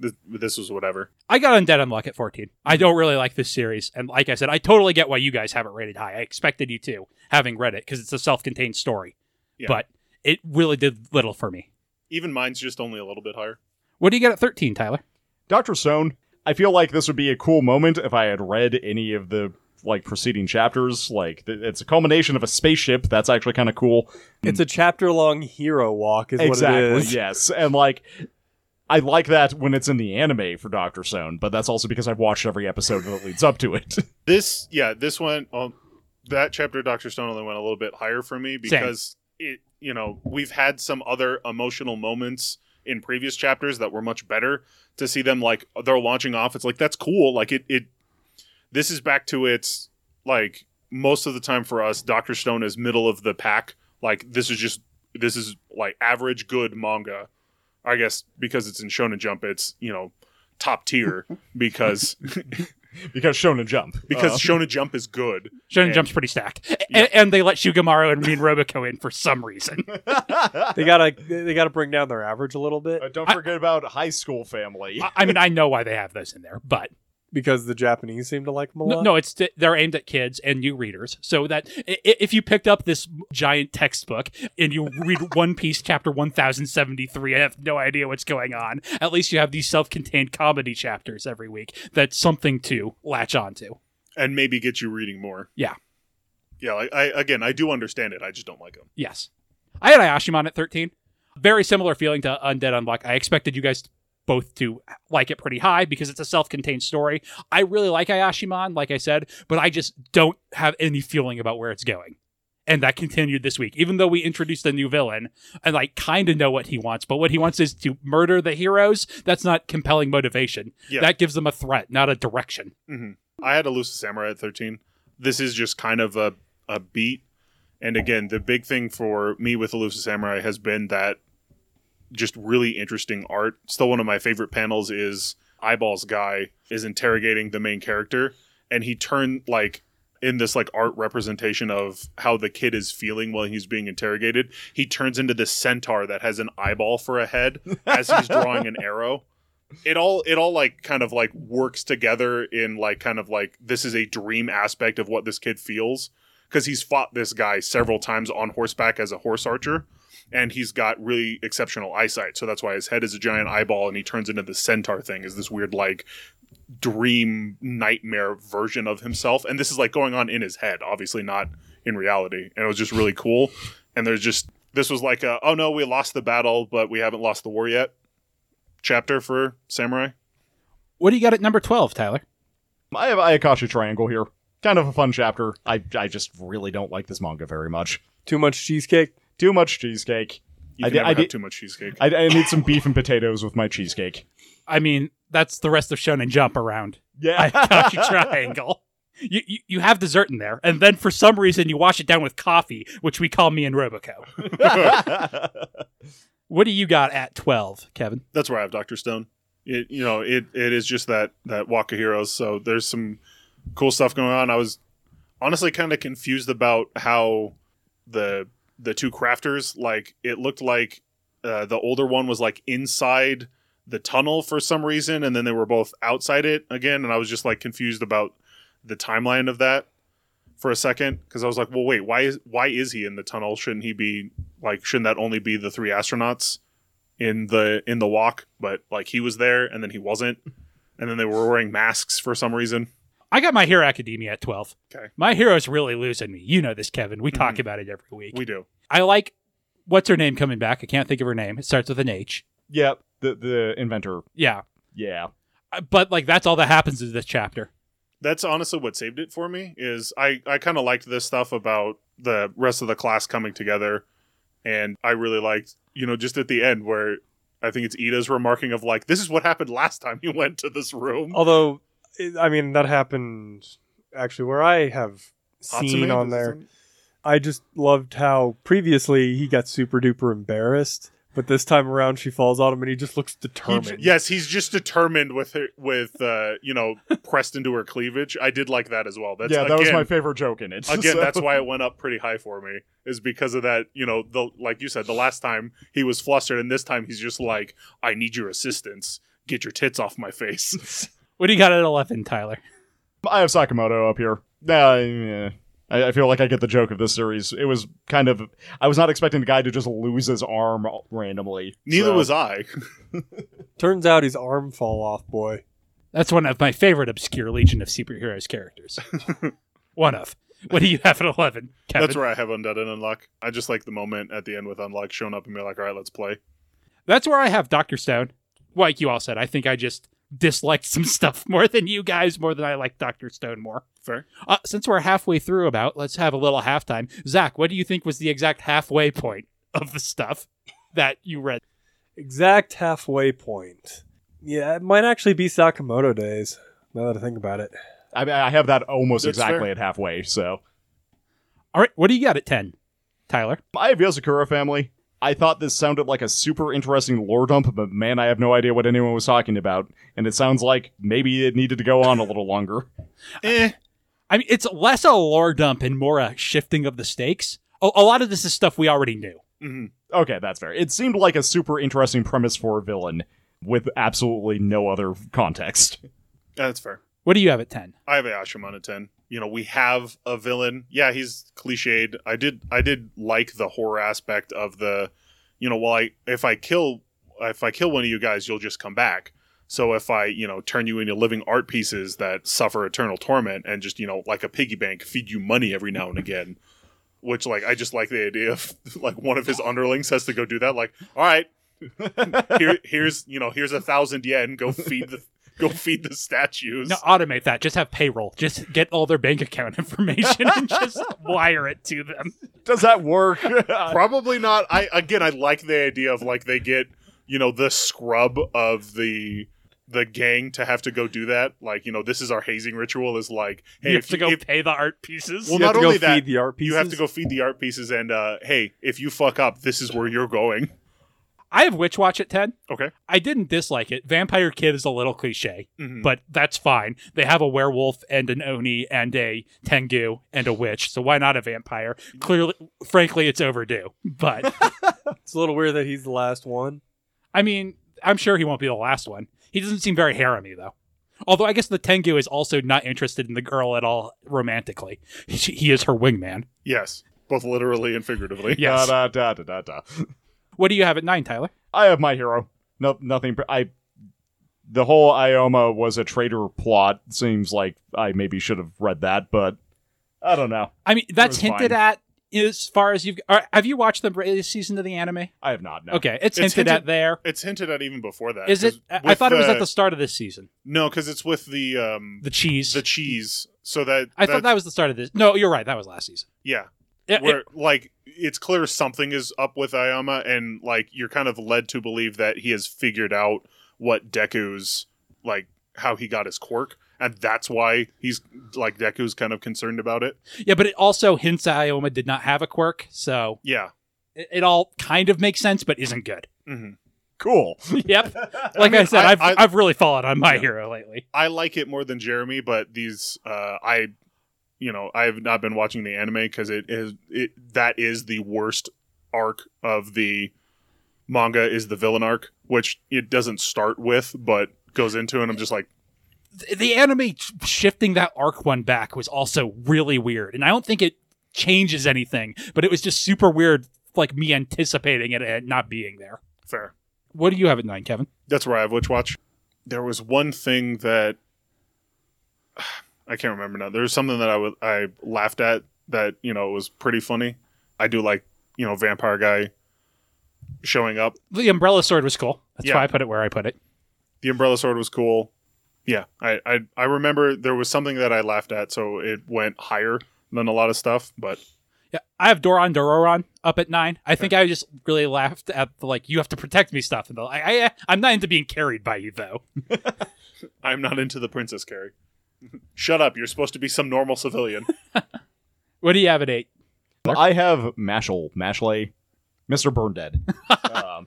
S2: th- this was whatever.
S1: I got Undead Unluck at fourteen. I don't really like this series, and like I said, I totally get why you guys have it rated high. I expected you to, having read it, because it's a self-contained story.
S2: Yeah.
S1: But it really did little for me.
S2: Even mine's just only a little bit higher.
S1: What do you get at thirteen, Tyler?
S3: Dr. Stone, I feel like this would be a cool moment if I had read any of the like preceding chapters. Like th- it's a culmination of a spaceship. That's actually kind of cool.
S4: It's a chapter long hero walk, is what
S3: exactly.
S4: it is.
S3: Yes. And like I like that when it's in the anime for Dr. Stone, but that's also because I've watched every episode that leads up to it.
S2: This, yeah, this one, um, that chapter, Doctor Stone, only went a little bit higher for me because it, you know, we've had some other emotional moments in previous chapters that were much better. To see them like they're launching off, it's like that's cool. Like it, it. This is back to its like most of the time for us. Doctor Stone is middle of the pack. Like this is just this is like average good manga. I guess because it's in Shonen Jump, it's you know top tier because
S3: because Shonen Jump.
S2: because
S3: Uh,
S2: Shonen Jump is good.
S1: Shonen
S2: Yeah.
S1: Jump's pretty stacked, and, and they let Shugamaru and Mean Robico in for some reason.
S4: They gotta they gotta bring down their average a little bit.
S3: uh, don't forget about High School Family.
S1: I- I mean, I know why they have those in there, but
S4: because the Japanese seem to like them a
S1: No,
S4: lot.
S1: no, it's they're aimed at kids and new readers. So that i- i- if you picked up this giant textbook and you read One Piece chapter 1073 and have no idea what's going on, at least you have these self-contained comedy chapters every week that's something to latch onto.
S2: and maybe get you reading more.
S1: Yeah.
S2: Yeah, like I again, I do understand it. I just don't like them.
S1: Yes. I had Ayashimon at 13. Very similar feeling to Undead Unlock. I expected you guys both to like it pretty high because it's a self-contained story. I really like Ayashimon, like I said, but I just don't have any feeling about where it's going. And that continued this week, even though we introduced a new villain and like kind of know what he wants, but what he wants is to murder the heroes. That's not compelling motivation.
S2: Yeah.
S1: That gives them a threat, not a direction.
S2: I had Elusive Samurai at 13. This is just kind of a, a beat. And again, the big thing for me with Elusive Samurai has been that just really interesting art. Still, one of my favorite panels is Eyeballs Guy is interrogating the main character, and he turned like in this like art representation of how the kid is feeling while he's being interrogated he turns into this centaur that has an eyeball for a head as he's drawing an arrow it all it all like kind of like works together in like kind of like this is a dream aspect of what this kid feels because he's fought this guy several times on horseback as a horse archer and he's got really exceptional eyesight so that's why his head is a giant eyeball and he turns into the centaur thing is this weird like dream nightmare version of himself and this is like going on in his head obviously not in reality and it was just really cool and there's just this was like a, oh no we lost the battle but we haven't lost the war yet chapter for samurai
S1: What do you got at number 12, Tyler?
S3: I have Ayakashi Triangle here. Kind of a fun chapter. I I just really don't like this manga very much.
S4: Too much cheesecake.
S3: Too much cheesecake.
S2: You
S3: I
S2: can
S3: di-
S2: never
S3: I
S2: have
S3: di-
S2: too much cheesecake.
S3: I, I need some beef and potatoes with my cheesecake.
S1: I mean, that's the rest of Shonen Jump around.
S3: Yeah.
S1: Kashi Triangle. You, you you have dessert in there, and then for some reason you wash it down with coffee, which we call me and Robico. What do you got at twelve, Kevin?
S2: That's where I have Doctor Stone. It, you know, it it is just that that walk of heroes. So there's some cool stuff going on. I was honestly kind of confused about how the the two crafters like it looked like uh, the older one was like inside the tunnel for some reason, and then they were both outside it again. And I was just like confused about the timeline of that for a second because I was like, well, wait, why is why is he in the tunnel? Shouldn't he be like? Shouldn't that only be the three astronauts? in the in the walk, but like he was there and then he wasn't, and then they were wearing masks for some reason.
S1: I got my Hero Academia at twelve.
S2: Okay.
S1: my hero's really losing me. You know this, Kevin. We talk
S2: Mhm.
S1: about it every week.
S2: We do.
S1: I like what's her name coming back. I can't think of her name. It starts with an H.
S3: yeah. The the inventor.
S1: Yeah,
S3: Yeah.
S1: Uh, but like that's all that happens in this chapter.
S2: That's honestly what saved it for me is I I kind of liked this stuff about the rest of the class coming together, and I really liked you know just at the end where I think it's Ida's remarking of like this is what happened last time you went to this room.
S4: Although, it- I mean, that happened actually where I have seen
S2: Hatsume,
S4: Oh, on
S2: this is
S4: there.
S2: on-
S4: I just loved how previously he got super duper embarrassed, but this time around she falls on him and he just looks
S2: He
S4: determined.
S2: j- yes, he's just determined with her, with uh, you know pressed into her cleavage. I did like that as well. That's
S3: yeah, that was
S2: again,
S3: my favorite joke in it.
S2: again
S3: So-
S2: that's why it went up pretty high for me is because of that you know the like you said the last time he was flustered and this time he's just like i need your assistance get your tits off my face
S1: What do you got at eleven, Tyler?
S3: I have Sakamoto up here. Nah, yeah. I, I feel like I get the joke of this series. It was kind of I was not expecting the guy to just lose his arm randomly.
S2: neither
S3: so-
S2: was i
S4: Turns out his arm fall off, boy.
S1: That's one of my favorite obscure Legion of Superheroes characters. one of. What do you have at eleven, Kevin?
S2: that's where i have undead and unlock i just like the moment at the end with unlock showing up and be like all right let's play
S1: That's where I have Dr. Stone. Like you all said, I think I just disliked some stuff more than you guys, more than I like Dr. Stone more.
S2: fair
S1: Uh, since we're halfway through about, let's have a little halftime. Zach, what do you think was the exact halfway point of the stuff that you read?
S4: Exact halfway point. Yeah, it might actually be Sakamoto days. Now that I think about it,
S3: I, mean, I have that almost
S2: That's
S3: exactly
S2: fair.
S3: at halfway. So
S1: All right, what do you got at 10, Tyler?
S3: I have Yasukura family. I thought this sounded like a super interesting lore dump, but man, I have no idea what anyone was talking about. And it sounds like maybe it needed to go on a little longer.
S2: eh,
S1: I mean, it's less a lore dump and more a shifting of the stakes. A, a lot of this is stuff we already knew.
S2: mhm.
S3: Okay, that's fair. It seemed like a super interesting premise for a villain with absolutely no other context.
S2: that's fair
S1: What do you have at ten?
S2: I have Ashram on a ten. You know, we have a villain. Yeah, he's cliched. I did I did like the horror aspect of the, you know, well, I if I kill if I kill one of you guys, you'll just come back. So if I you know turn you into living art pieces that suffer eternal torment and just you know like a piggy bank feed you money every now and again. Which like I just like the idea of like one of his underlings has to go do that. Like, all right, here, here's you know here's a thousand yen. Go feed the go feed the statues.
S1: No, automate that. Just have payroll. Just get all their bank account information and just wire it to them.
S3: Does that work?
S2: Probably not. I again, I like the idea of like they get you know the scrub of the the gang to have to go do that. Like you know this is our hazing ritual. Is like hey
S1: you have
S2: if
S1: to go pay the art pieces.
S2: Well,
S4: You have
S2: not
S4: to go
S2: only that,
S4: feed the art
S2: you have to
S4: pieces?
S2: go feed the art pieces and uh hey if you fuck up this is where you're going.
S1: I have Witch Watch at ten.
S2: Okay.
S1: I didn't dislike it. Vampire Kid is a little cliche,
S2: Mhm.
S1: but that's fine. They have a werewolf and an oni and a tengu and a witch, so why not a vampire? Clearly, frankly, it's overdue. But
S4: It's a little weird that he's the last one.
S1: I mean, I'm sure he won't be the last one. He doesn't seem very harem-y though. Although I guess the tengu is also not interested in the girl at all romantically. She, he is her wingman.
S2: Yes, both literally and figuratively. uh,
S1: Yes.
S3: Da, da, da, da, da.
S1: What do you have at nine, Tyler?
S3: I have my hero. No, nothing. pr- I. The whole Ioma was a traitor plot. Seems like I maybe should have read that, but I don't know.
S1: I mean, that's
S3: It was
S1: hinted
S3: fine.
S1: at as far as you've. Are, have you watched the latest season of the anime?
S3: I have not. No.
S1: Okay, it's,
S2: It's
S1: hinted,
S2: hinted-
S1: at there.
S2: It's hinted at even before that.
S1: Is it?
S2: 'cause
S1: I I
S2: with
S1: thought it was at the start of this season.
S2: no because it's with the um
S1: The cheese.
S2: the cheese. So that
S1: I thought that was the start of this. No, you're right. That was last season.
S2: yeah.
S1: It-
S2: where
S1: it-
S2: like it's clear something is up with Ayama, and like you're kind of led to believe that he has figured out what Deku's like how he got his quirk, and that's why he's like Deku's kind of concerned about it.
S1: yeah, but it also hints that Ioma did not have a quirk, so
S2: Yeah,
S1: it, it all kind of makes sense, but isn't good.
S2: hmm
S3: Cool.
S1: Yep. Like I,
S2: mean,
S1: said,
S2: I-
S1: I, have I,
S2: I-
S1: have really fallen on my
S2: Yeah.
S1: hero lately.
S2: I like it more than Jeremy, but these uh, I, you know, I have not been watching the anime because it is it that is the worst arc of the manga is the villain arc, which it doesn't start with, but goes into, and I'm just like.
S1: Th- The anime sh- shifting that arc one back was also really weird, and I don't think it changes anything, but it was just super weird, like me anticipating it and it not being there.
S2: Fair.
S1: What do you have at nine, Kevin?
S2: That's where I have Witch Watch. There was one thing that I can't remember now. There was something that I would I laughed at that you know was pretty funny. I do like you know vampire guy showing up.
S1: The umbrella sword was cool. That's
S2: Yeah.
S1: why I put it where I put it.
S2: The umbrella sword was cool. Yeah, I, I I remember there was something that I laughed at, so it went higher than a lot of stuff. But
S1: Yeah, I have Doron Dororon up at nine. I think I just really laughed at the like you have to protect me stuff, and the, I, I I'm not into being carried by you though.
S2: I'm not into the princess carry. Shut up! You're supposed to be some normal civilian.
S1: What do you have at eight?
S3: I have Mashal, Mashley, Mr. Burn Dead. um,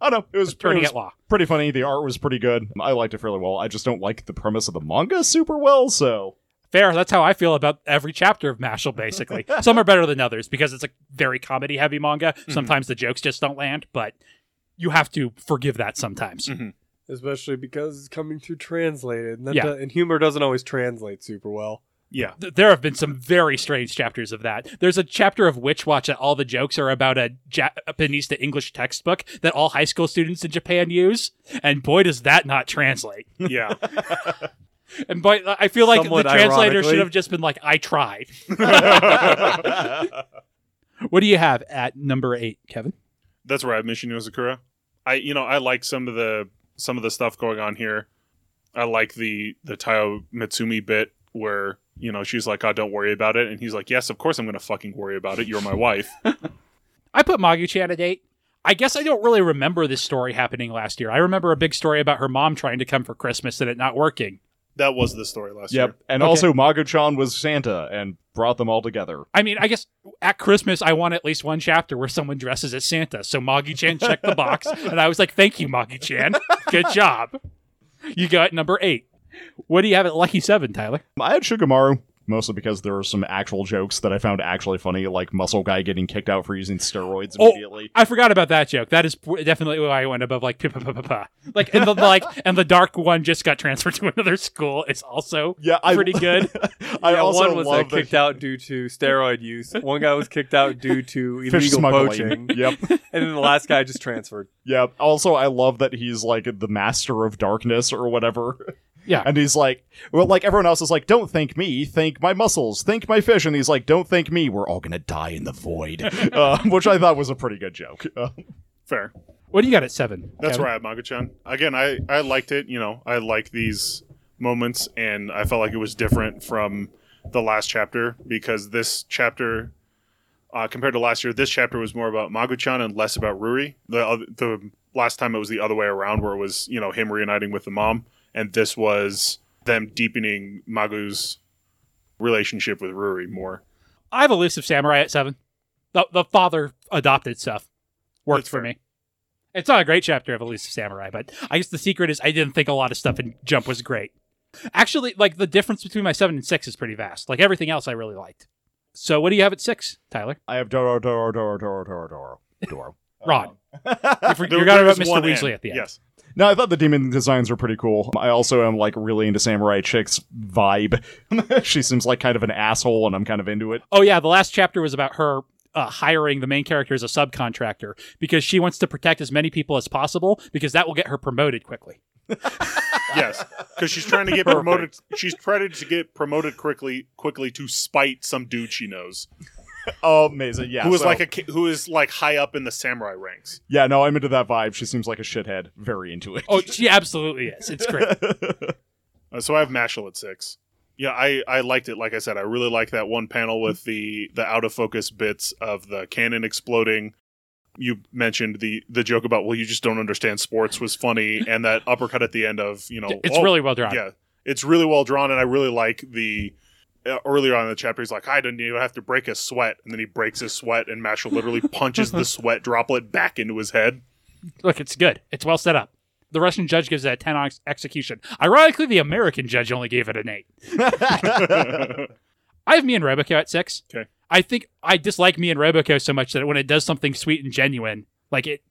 S3: I don't know. It was, it
S1: Turning
S3: was
S1: at law.
S3: pretty funny. The art was pretty good. I liked it fairly well. I just don't like the premise of the manga super well, so.
S1: Fair. That's how I feel about every chapter of Mashal. Basically, some are better than others because it's a very comedy heavy manga.
S3: Mm-hmm.
S1: Sometimes the jokes just don't land, but you have to forgive that sometimes.
S2: Mhm.
S4: Especially because it's coming through translated. And, that
S1: Yeah.
S4: do- and humor doesn't always translate super well.
S2: Yeah,
S1: Th- There have been some very strange chapters of that. There's a chapter of Witch Watch that all the jokes are about a Japanese to English textbook that all high school students in Japan use, and boy does that not translate.
S2: yeah.
S1: And boy, I feel like
S4: Somewhat
S1: the translator
S4: ironically.
S1: should have just been like, "I tried." What do you have at number eight, Kevin?
S2: That's where I have Mission Yozakura. I you know, I like some of the some of the stuff going on here. I like the the Tayo Mitsumi bit where, you know, she's like, "Oh, don't worry about it." And he's like, "Yes, of course I'm going to fucking worry about it. You're my wife."
S1: I put Magu-chan at eight. I guess I don't really remember this story happening last year. I remember a big story about her mom trying to come for Christmas and it not working.
S2: that was the story last
S3: Yep.
S2: year.
S3: And
S1: Okay.
S3: also, Mago Chan was Santa and brought them all together.
S1: I mean, I guess at Christmas I want at least one chapter where someone dresses as Santa. So Magi Chan checked the box, and I was like, "Thank you, Magi Chan. Good job. You got number eight. What do you have at lucky seven, Tyler?
S3: I had Shugamaru. mostly because there were some actual jokes that I found actually funny, like muscle guy getting kicked out for using steroids
S1: Oh.
S3: immediately.
S1: I forgot about that joke. That is p- definitely why I went above like pa- pa- pa- pa- pa. like and the like and the dark one just got transferred to another school. It's also
S3: Yeah, I
S1: pretty good.
S3: I
S4: yeah,
S3: also
S4: one was uh,
S3: love that
S4: kicked out due to steroid use. One guy was kicked out due to
S3: fish
S4: illegal
S3: smuggling.
S4: poaching,
S3: yep.
S4: and then the last guy just transferred.
S3: Yeah. Also, I love that he's like the master of darkness or whatever.
S1: Yeah.
S3: And he's like, well, like everyone else is like, don't thank me, thank my muscles, thank my fish. And he's like, don't thank me, we're all gonna die in the void, uh, which I thought was a pretty good joke. Uh,
S2: Fair.
S1: What do you got at seven?
S2: That's
S1: Kevin?
S2: where I have Maguchan. Again, I, I liked it. You know, I like these moments, and I felt like it was different from the last chapter because this chapter, uh, compared to last year, this chapter was more about Maguchan and less about Ruri. The oth- the last time it was the other way around, where it was you know him reuniting with the mom, and this was them deepening Magu's relationship with Ruri more.
S1: I have elusive samurai at seven. The the father adopted stuff worked
S2: That's
S1: for
S2: fair.
S1: me. It's not a great chapter of elusive samurai, but I guess the secret is I didn't think a lot of stuff in Jump was great. Actually, like the difference between my seven and six is pretty vast. Like everything else, I really liked. So what do you have at six, Tyler?
S3: I have Doro, Doro, Doro, Doro, Doro, Doro, Doro.
S1: Ron. You for- you
S2: Oh. There-
S1: forgot
S2: there
S1: about
S2: was
S1: Mr.
S2: one
S1: Weasley
S2: end.
S1: at the end.
S2: Yes.
S3: No, I thought the demon designs were pretty cool. I also am like really into Samurai Chick's vibe. she seems like kind of an asshole, and I'm kind of into it.
S1: Oh yeah, the last chapter was about her uh, hiring the main character as a subcontractor because she wants to protect as many people as possible because that will get her promoted quickly.
S2: yes, because she's trying to get promoted. She's trying to get promoted quickly, quickly to spite some dude she knows
S3: amazing. Yeah.
S2: who is
S3: so-
S2: like a ki- who is like high up in the samurai ranks.
S3: Yeah, no, I'm into that vibe. She seems like a shithead. Very into it.
S1: Oh, she absolutely is. It's great.
S2: Uh, so I have Mashal at six. Yeah, I I liked it. Like I said, I really like that one panel with the the out of focus bits of the cannon exploding. You mentioned the the joke about well, you just don't understand sports was funny, and that uppercut at the end of you know
S1: It's
S2: oh,
S1: really well drawn.
S2: Yeah, it's really well drawn, and I really like the uh, earlier on in the chapter. He's like, I didn't even have to break a sweat, and then he breaks his sweat, and Mashal literally punches the sweat droplet back into his head.
S1: Look, it's good. It's well set up. The Russian judge gives that a 10 on ex- execution. Ironically, the American judge only gave it an 8. I have me and Robico at 6.
S2: Okay.
S1: I think I dislike me and Robico so much that when it does something sweet and genuine, like it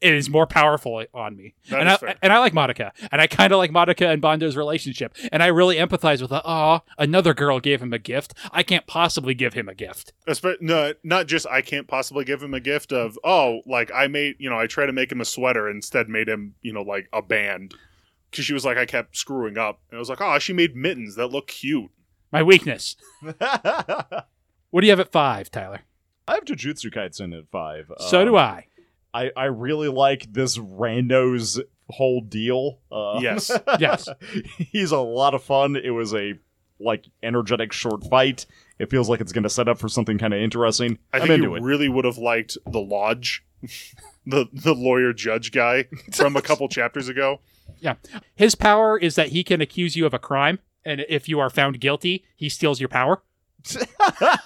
S1: it is more powerful on me.
S2: That
S1: and
S2: is
S1: I
S2: fair.
S1: and I like Monica. And I kind of like Monica and Bondo's relationship. And I really empathize with the, oh, another girl gave him a gift. I can't possibly give him a gift.
S2: Espe- no, not just I can't possibly give him a gift of oh, like I made you know I tried to make him a sweater instead made him you know like a band because she was like I kept screwing up and I was like oh she made mittens that look cute.
S1: My weakness.
S3: I
S1: What do you have at 5, Tyler?
S3: have Jujutsu Kaisen at five.
S2: Uh,
S3: Um,
S1: so do I.
S3: I. I. I really like this rando's whole deal. Uh,
S2: Yes.
S1: Yes.
S3: he's a lot of fun. It was a like energetic short fight. It feels like it's going to set up for something kind of interesting.
S2: I
S3: am
S2: think
S3: into
S2: you
S3: it.
S2: really would have liked the lodge, the the lawyer judge guy from a couple chapters ago.
S1: His power is that he can accuse you of a crime, and if you are found guilty, he steals your power.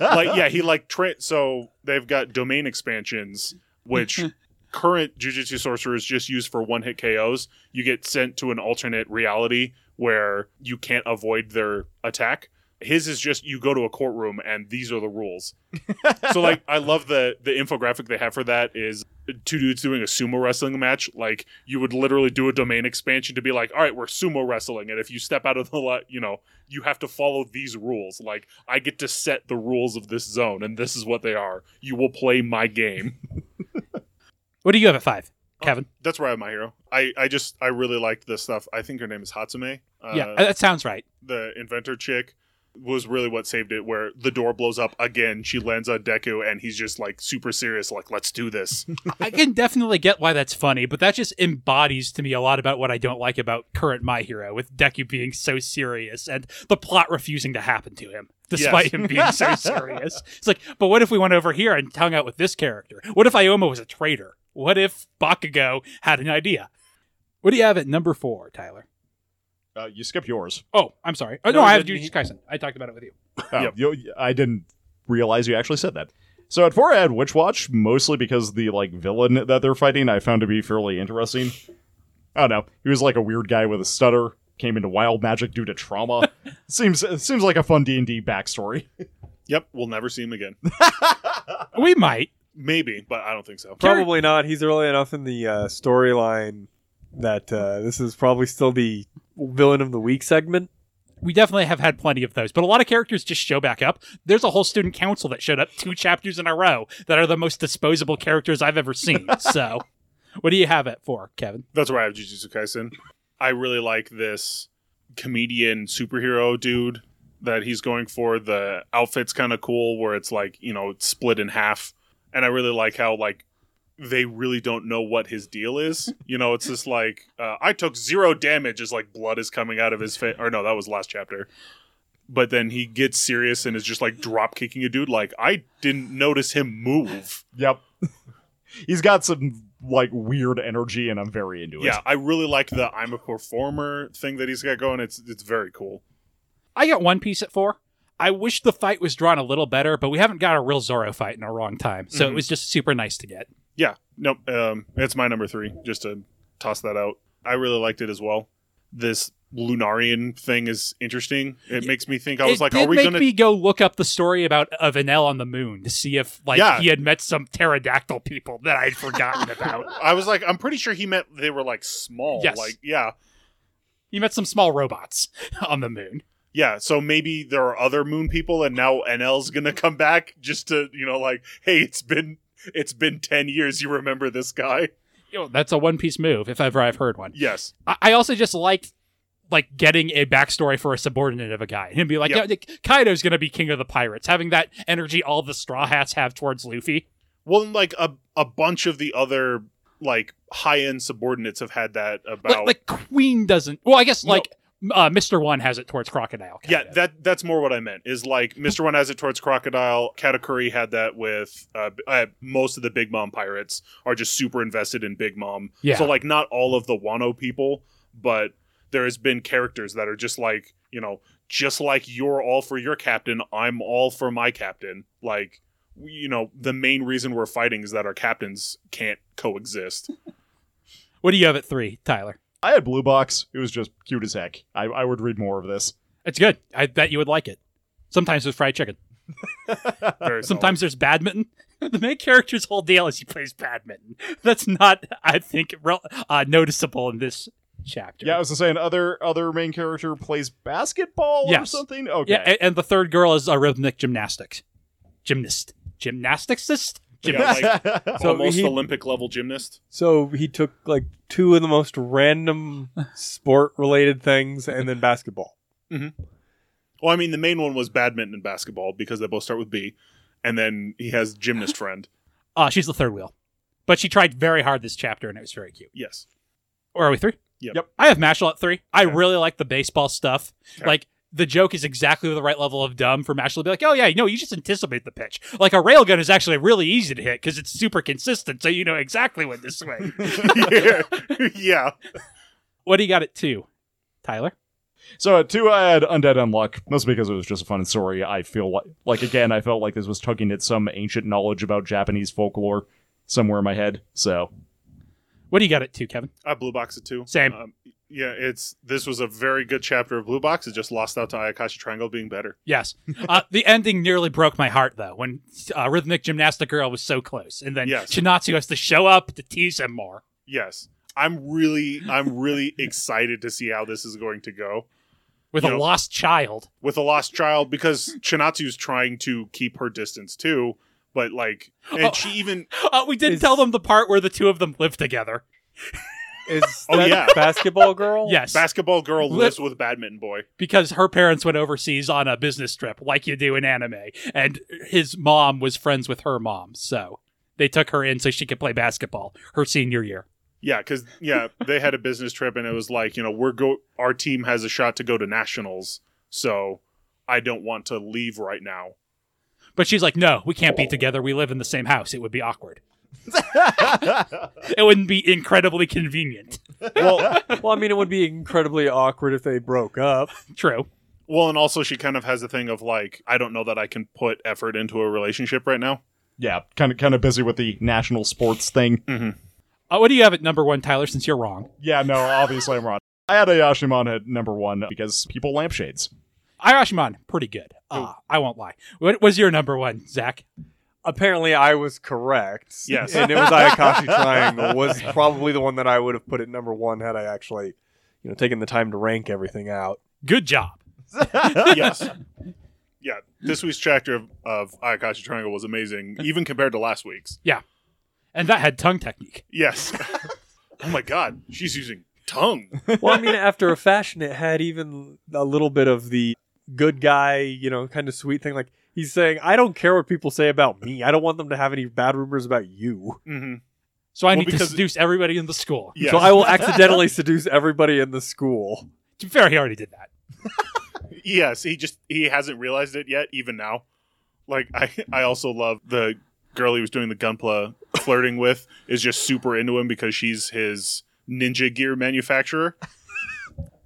S2: Like yeah, he like tra- so they've got domain expansions which current Jujutsu sorcerers just use for one hit KOs. You get sent to an alternate reality where you can't avoid their attack. His is just you go to a courtroom and these are the rules. so like I love the the infographic they have for that is two dudes doing a sumo wrestling match. Like you would literally do a domain expansion to be like, all right, we're sumo wrestling, and if you step out of the lot, you know, you have to follow these rules. Like I get to set the rules of this zone, and this is what they are. You will play my game.
S1: What do you have at five, Kevin?
S2: Uh, That's where I have my hero. I, I just I really liked this stuff. I think her name is Hatsume. Uh,
S1: yeah, that sounds right.
S2: the inventor chick was really what saved it. Where the door blows up again, she lands on Deku, and he's just like super serious, like let's do this.
S1: I can definitely get why that's funny, but that just embodies to me a lot about what I don't like about current My Hero, with Deku being so serious and the plot refusing to happen to him, despite
S2: Yes.
S1: him being so serious. It's like, but what if we went over here and hung out with this character? What if Ioma was a traitor? What if Bakugo had an idea? What do you have at number four, Tyler?
S3: Uh, you skip yours.
S1: Oh, I'm sorry. Oh, no,
S4: No,
S1: I have
S4: didn't he-
S1: Jujutsu Kaisen. I talked about it with you.
S3: Oh,
S2: Yep.
S3: you- I didn't realize you actually said that. So at four, I had Witch Watch mostly because the like villain that they're fighting I found to be fairly interesting. I don't know. He was like a weird guy with a stutter. came into wild magic due to trauma. seems it seems like a fun D and D backstory.
S2: Yep, we'll never see him again.
S1: We might.
S2: Maybe, but I don't think so.
S1: Char-
S4: Probably not. He's early enough in the uh, storyline that uh, this is probably still the villain of the week segment.
S1: We definitely have had plenty of those, but a lot of characters just show back up. There's a whole student council that showed up two chapters in a row that are the most disposable characters I've ever seen. so, what do you have it for, Kevin?
S2: That's where I have Jujutsu Kaisen. I really like this comedian superhero dude that he's going for. The outfit's kind of cool, where it's like you know it's split in half, and I really like how like they really don't know what his deal is. You know, it's just like uh, I took zero damage as like blood is coming out of his face. Or no, that was last chapter. But then he gets serious and is just like drop kicking a dude. Like I didn't notice him move.
S3: Yep, he's got some like weird energy, and I'm very into it.
S2: Yeah, I really like the I'm a performer thing that he's got going. It's it's very cool.
S1: I got one piece at four. I wish the fight was drawn a little better, but we haven't got a real Zoro fight in a long time, so it
S2: Mhm.
S1: was just super nice to get.
S2: Yeah, nope. Um, it's my number three. Just to toss that out, I really liked it as well. This Lunarian thing is interesting. It
S1: Yeah.
S2: makes me think. I was
S1: it
S2: like,
S1: did
S2: are we
S1: make
S2: gonna?
S1: me go look up the story about of Enel on the moon to see if like
S2: Yeah.
S1: he had met some pterodactyl people that I'd forgotten about.
S2: I was like, I'm pretty sure he meant they were like small.
S1: Yes.
S2: Like, yeah,
S1: He met some small robots on the moon.
S2: yeah. So maybe there are other moon people, and now NL's gonna come back just to you know, like, hey, it's been it's been ten years. You remember this guy?
S1: You know, that's a One Piece move if ever I've heard one.
S2: Yes.
S1: I, I also just liked like getting a backstory for a subordinate of a guy and be like,
S2: Yeah.
S1: yeah. Kaido's gonna be king of the pirates, having that energy all the Straw Hats have towards Luffy.
S2: Well, and, like a a bunch of the other like high end subordinates have had that about.
S1: Like, like Queen doesn't. Well, I guess
S2: No.
S1: like uh, Mister One has it towards Crocodile. kind
S2: Yeah,
S1: of.
S2: that that's more what I meant. Is like Mr. One has it towards Crocodile. Katakuri had that with uh, b- uh, most of the Big Mom pirates are just super invested in Big Mom.
S1: Yeah.
S2: So like not all of the Wano people, but there has been characters that are just like you know just like you're all for your captain, I'm all for my captain. Like we- you know the main reason we're fighting is that our captains can't coexist.
S1: What do you have at three, Tyler?
S3: I had Blue Box. It was just cute as heck. I, I would read more of this.
S1: It's good. I bet you would like it. Sometimes there's fried chicken.
S2: Very solid.
S1: Sometimes there's badminton. The main character's whole deal is he plays badminton. That's not, I think, rel- uh, noticeable in this chapter.
S3: Yeah, I was just saying other other main character plays basketball or
S1: Yes.
S3: something. Okay.
S1: Yeah, a- and, the third girl is a rhythmic gymnastics. Gymnast. Gymnasticsist?
S2: Yeah,
S1: Gymnast.
S4: So
S2: almost
S4: he-
S2: Olympic level gymnast.
S4: So he took like two of the most random sport related things and then basketball.
S2: Well, I mean, the main one was badminton and basketball because they both start with B, and then he has gymnast friend.
S1: Uh, she's the third wheel. But she tried very hard this chapter and it was very cute.
S2: Yes,
S1: Or are we three?
S2: Yep.
S3: Yep.
S1: I have Mashal at three. I
S2: Okay.
S1: really like the baseball stuff.
S2: Okay.
S1: Like the joke is exactly the right level of dumb for Mashal to be like, oh yeah, you know, you just anticipate the pitch. Like a railgun is actually really easy to hit because it's super consistent, so you know exactly when to swing.
S2: yeah. yeah.
S1: what do you got at two, Tyler?
S3: So at two, I had Undead Unluck, mostly because it was just a fun story. I feel like, like again, I felt like this was tugging at some ancient knowledge about Japanese folklore somewhere in my head. So
S1: What do you got at two, Kevin?
S2: I have Uh, blue box it too.
S1: Same.
S2: Um, yeah, it's this was a very good chapter of blue box. It just lost out to Ayakashi Triangle being better.
S1: Yes. Uh, the ending nearly broke my heart, though, when uh, Rhythmic Gymnastic Girl was so close. And then
S2: Yes.
S1: Chinatsu has to show up to tease him more.
S2: Yes, I'm really, I'm really excited to see how this is going to go
S1: With a
S2: Yeah.
S1: lost child.
S2: with a lost child because Chinatsu's trying to keep her distance too. But like, and
S1: Oh.
S2: she even
S1: Uh, we didn't
S4: Is-
S1: tell them the part where the two of them live together.
S4: Is
S2: Oh,
S4: that
S2: yeah.
S4: basketball girl?
S1: Yes.
S2: basketball girl
S1: Lit-
S2: lives with badminton boy.
S1: because her parents went overseas on a business trip, like you do in anime, and his mom was friends with her mom, so they took her in so she could play basketball her senior year.
S2: Yeah, because yeah, they had a business trip, and it was like you know we're go our team has a shot to go to nationals, so I don't want to leave right now.
S1: But she's like, "No, we can't be together. We live in the same house. It would be awkward. It wouldn't be incredibly convenient."
S2: Well,
S4: Well, I mean, it would be incredibly awkward if they broke up.
S1: True.
S2: well, and also she kind of has a thing of like I don't know that I can put effort into a relationship right now.
S3: yeah, kind of kind of busy with the national sports thing.
S1: Uh, what do you have at number one, Tyler? Since you're wrong,
S3: Yeah, no, obviously I'm wrong. I had Ayashimon at number one because people lampshades.
S1: Irishman, pretty good. Uh, I won't lie. What was your number one, Zach?
S4: Apparently, I was correct.
S2: Yes.
S4: and it was Ayakashi Triangle was probably the one that I would have put at number one had I actually, you know, taken the time to rank everything out.
S1: Good job.
S2: yes. Yeah, this week's chapter of, of Ayakashi Triangle was amazing, even compared to last week's.
S1: And that had tongue technique.
S2: Yes. oh my god, she's using tongue.
S4: Well, I mean, after a fashion, it had even a little bit of the good guy, you know, kind of sweet thing. Like he's saying, "I don't care what people say about me. I don't want them to have any bad rumors about you."
S2: Mm-hmm.
S1: So I
S2: Well,
S1: need to
S2: because-
S1: seduce everybody in the school.
S2: Yes.
S4: So I will accidentally seduce everybody in the school.
S1: To be fair, he already did that.
S2: yes, he just he hasn't realized it yet, even now. Like I, I also love the girl he was doing the gunpla flirting with is just super into him because she's his ninja gear manufacturer,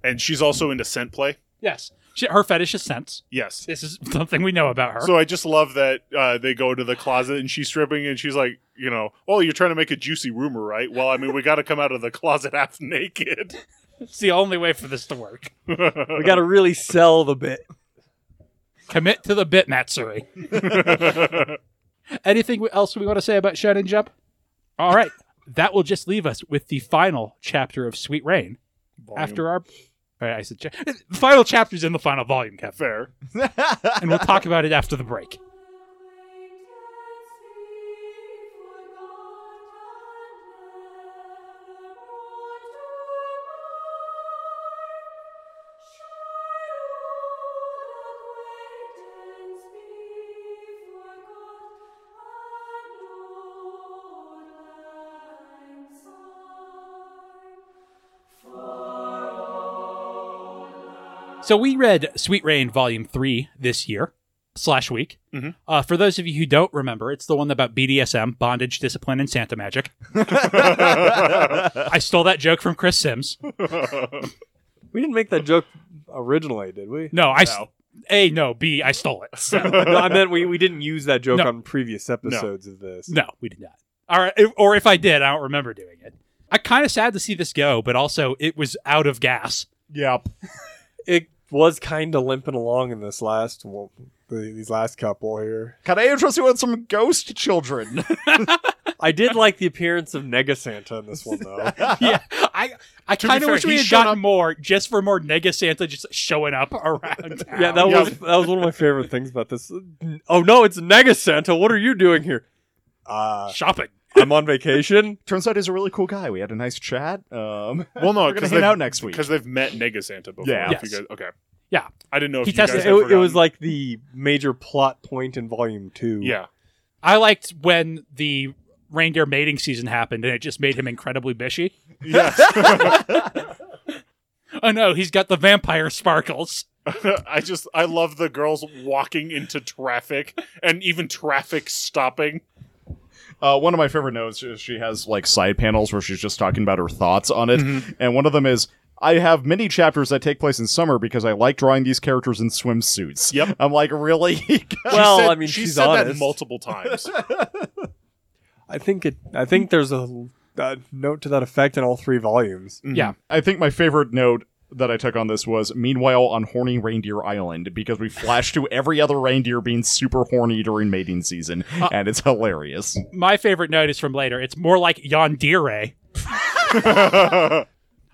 S2: and she's also into scent play.
S1: Yes. She, her fetish is sense.
S2: Yes,
S1: This is something we know about her.
S2: So I just love that uh, they go to the closet and she's stripping and she's like, you know, oh, you're trying to make a juicy rumor, right? Well, I mean, we got to come out of the closet half naked.
S1: it's the only way for this to work.
S4: We got to really sell the bit.
S1: Commit to the bit, Matsuri. Anything else we want to say about Shonen Jump? All right. That will just leave us with the final chapter of Sweet Rain after our. All right, I said cha- the final chapter's in the final volume, Kevin,
S2: fair,
S1: and we'll talk about it after the break. So we read Sweet Rain Volume Three this year slash week.
S2: Mhm.
S1: Uh, for those of you who don't remember, it's the one about BDSM, bondage, discipline, and Santa magic. I stole that joke from Chris Sims.
S4: We didn't make that joke originally, did we?
S1: No, I s- a no b I stole it. So,
S4: No, I meant we, we didn't use that joke
S1: No.
S4: on previous episodes of this.
S1: no, we did not. All right, if- or if I did, I don't remember doing it. I kind of sad to see this go, but also it was out of gas.
S3: Yep.
S4: It was kind of limping along in this last well, the, these last couple here.
S3: Can I interest you in some ghost children?
S4: I did like the appearance of Nega Santa in this one though.
S1: yeah, I I
S2: be
S1: kind of
S2: fair,
S1: wish we
S2: he
S1: had
S2: showed
S1: gotten
S2: up-
S1: more just for more Nega Santa just showing up around. Town.
S4: yeah, that
S2: Yeah.
S4: was that was one of my favorite things about this. Oh no, it's Nega Santa. What are you doing here? Uh,
S1: shopping.
S4: I'm on vacation.
S3: Turns out he's a really cool guy. We had a nice chat. Um,
S2: Well, no,
S3: we're gonna
S2: because
S3: hang
S2: they've,
S3: out next week.
S2: 'cause they've met Nega Santa before.
S3: Yeah.
S2: if you
S1: Yes.
S2: guys- okay.
S1: Yeah.
S2: I didn't know if
S1: He
S2: you
S1: tested
S2: guys
S4: It,
S2: had
S4: it was
S2: forgotten.
S4: like the major plot point in Volume Two.
S2: yeah,
S1: I liked when the reindeer mating season happened and it just made him incredibly bishy.
S2: yes.
S1: Oh no, he's got the vampire sparkles.
S2: I just I love the girls walking into traffic and even traffic stopping.
S3: Uh, one of my favorite notes is she has like side panels where she's just talking about her thoughts on it, and one of them is. I have many chapters that take place in summer because I like drawing these characters in swimsuits.
S2: Yep.
S3: I'm like, really?
S4: Well,
S2: she said,
S4: I mean,
S2: she
S4: she's
S2: said that
S4: honest.
S2: multiple times.
S4: I think it. I think there's a, a note to that effect in all three volumes.
S2: Mm. Mm-hmm.
S1: Yeah.
S3: I think my favorite note that I took on this was meanwhile on horny reindeer island because we flash to every other reindeer being super horny during mating season and it's hilarious.
S1: My favorite note is from later. It's more like Yandere.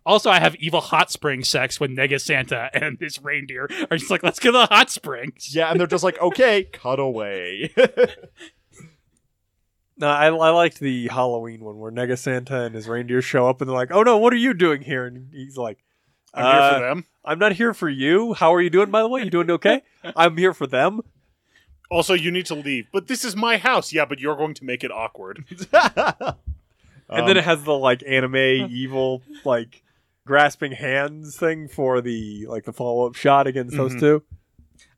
S1: also, I have evil hot spring sex when Nega Santa and this reindeer are just like, let's go to the hot springs.
S3: Yeah, and they're just like, "Okay, cut away."
S4: No, I, I liked the Halloween one where Nega Santa and his reindeer show up and they're like, "Oh no, what are you doing here?" And he's like,
S2: I'm here
S4: "Uh,
S2: for them.
S4: I'm not here for you. How are you doing, by the way? You doing okay? I'm here for them.
S2: Also, you need to leave. But this is my house. Yeah, but you're going to make it awkward.
S4: And
S3: Um,
S4: then it has the like anime evil like grasping hands thing for the like the follow up shot against those
S2: Mhm.
S4: two.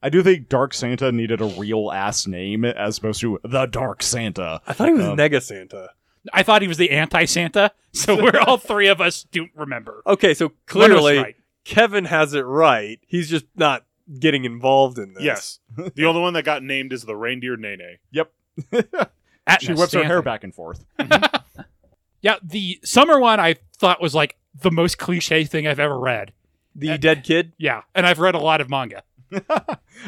S3: I do think Dark Santa needed a real ass name as opposed to the Dark Santa.
S4: I thought he was
S3: Um,
S4: Nega Santa.
S1: I thought he was the anti Santa, so we're all three of us don't remember.
S4: Okay, so
S1: One of us
S4: clearly
S1: right.
S4: Kevin has it right. He's just not getting involved in this.
S2: Yes. The only one that got named is the reindeer Nene.
S3: Yep.
S1: At
S3: She whips her hair
S1: Santa.
S3: back and forth.
S1: Yeah, the summer one I thought was like the most cliche thing I've ever read.
S4: The
S1: Uh,
S4: dead kid.
S1: Yeah, and I've read a lot of manga.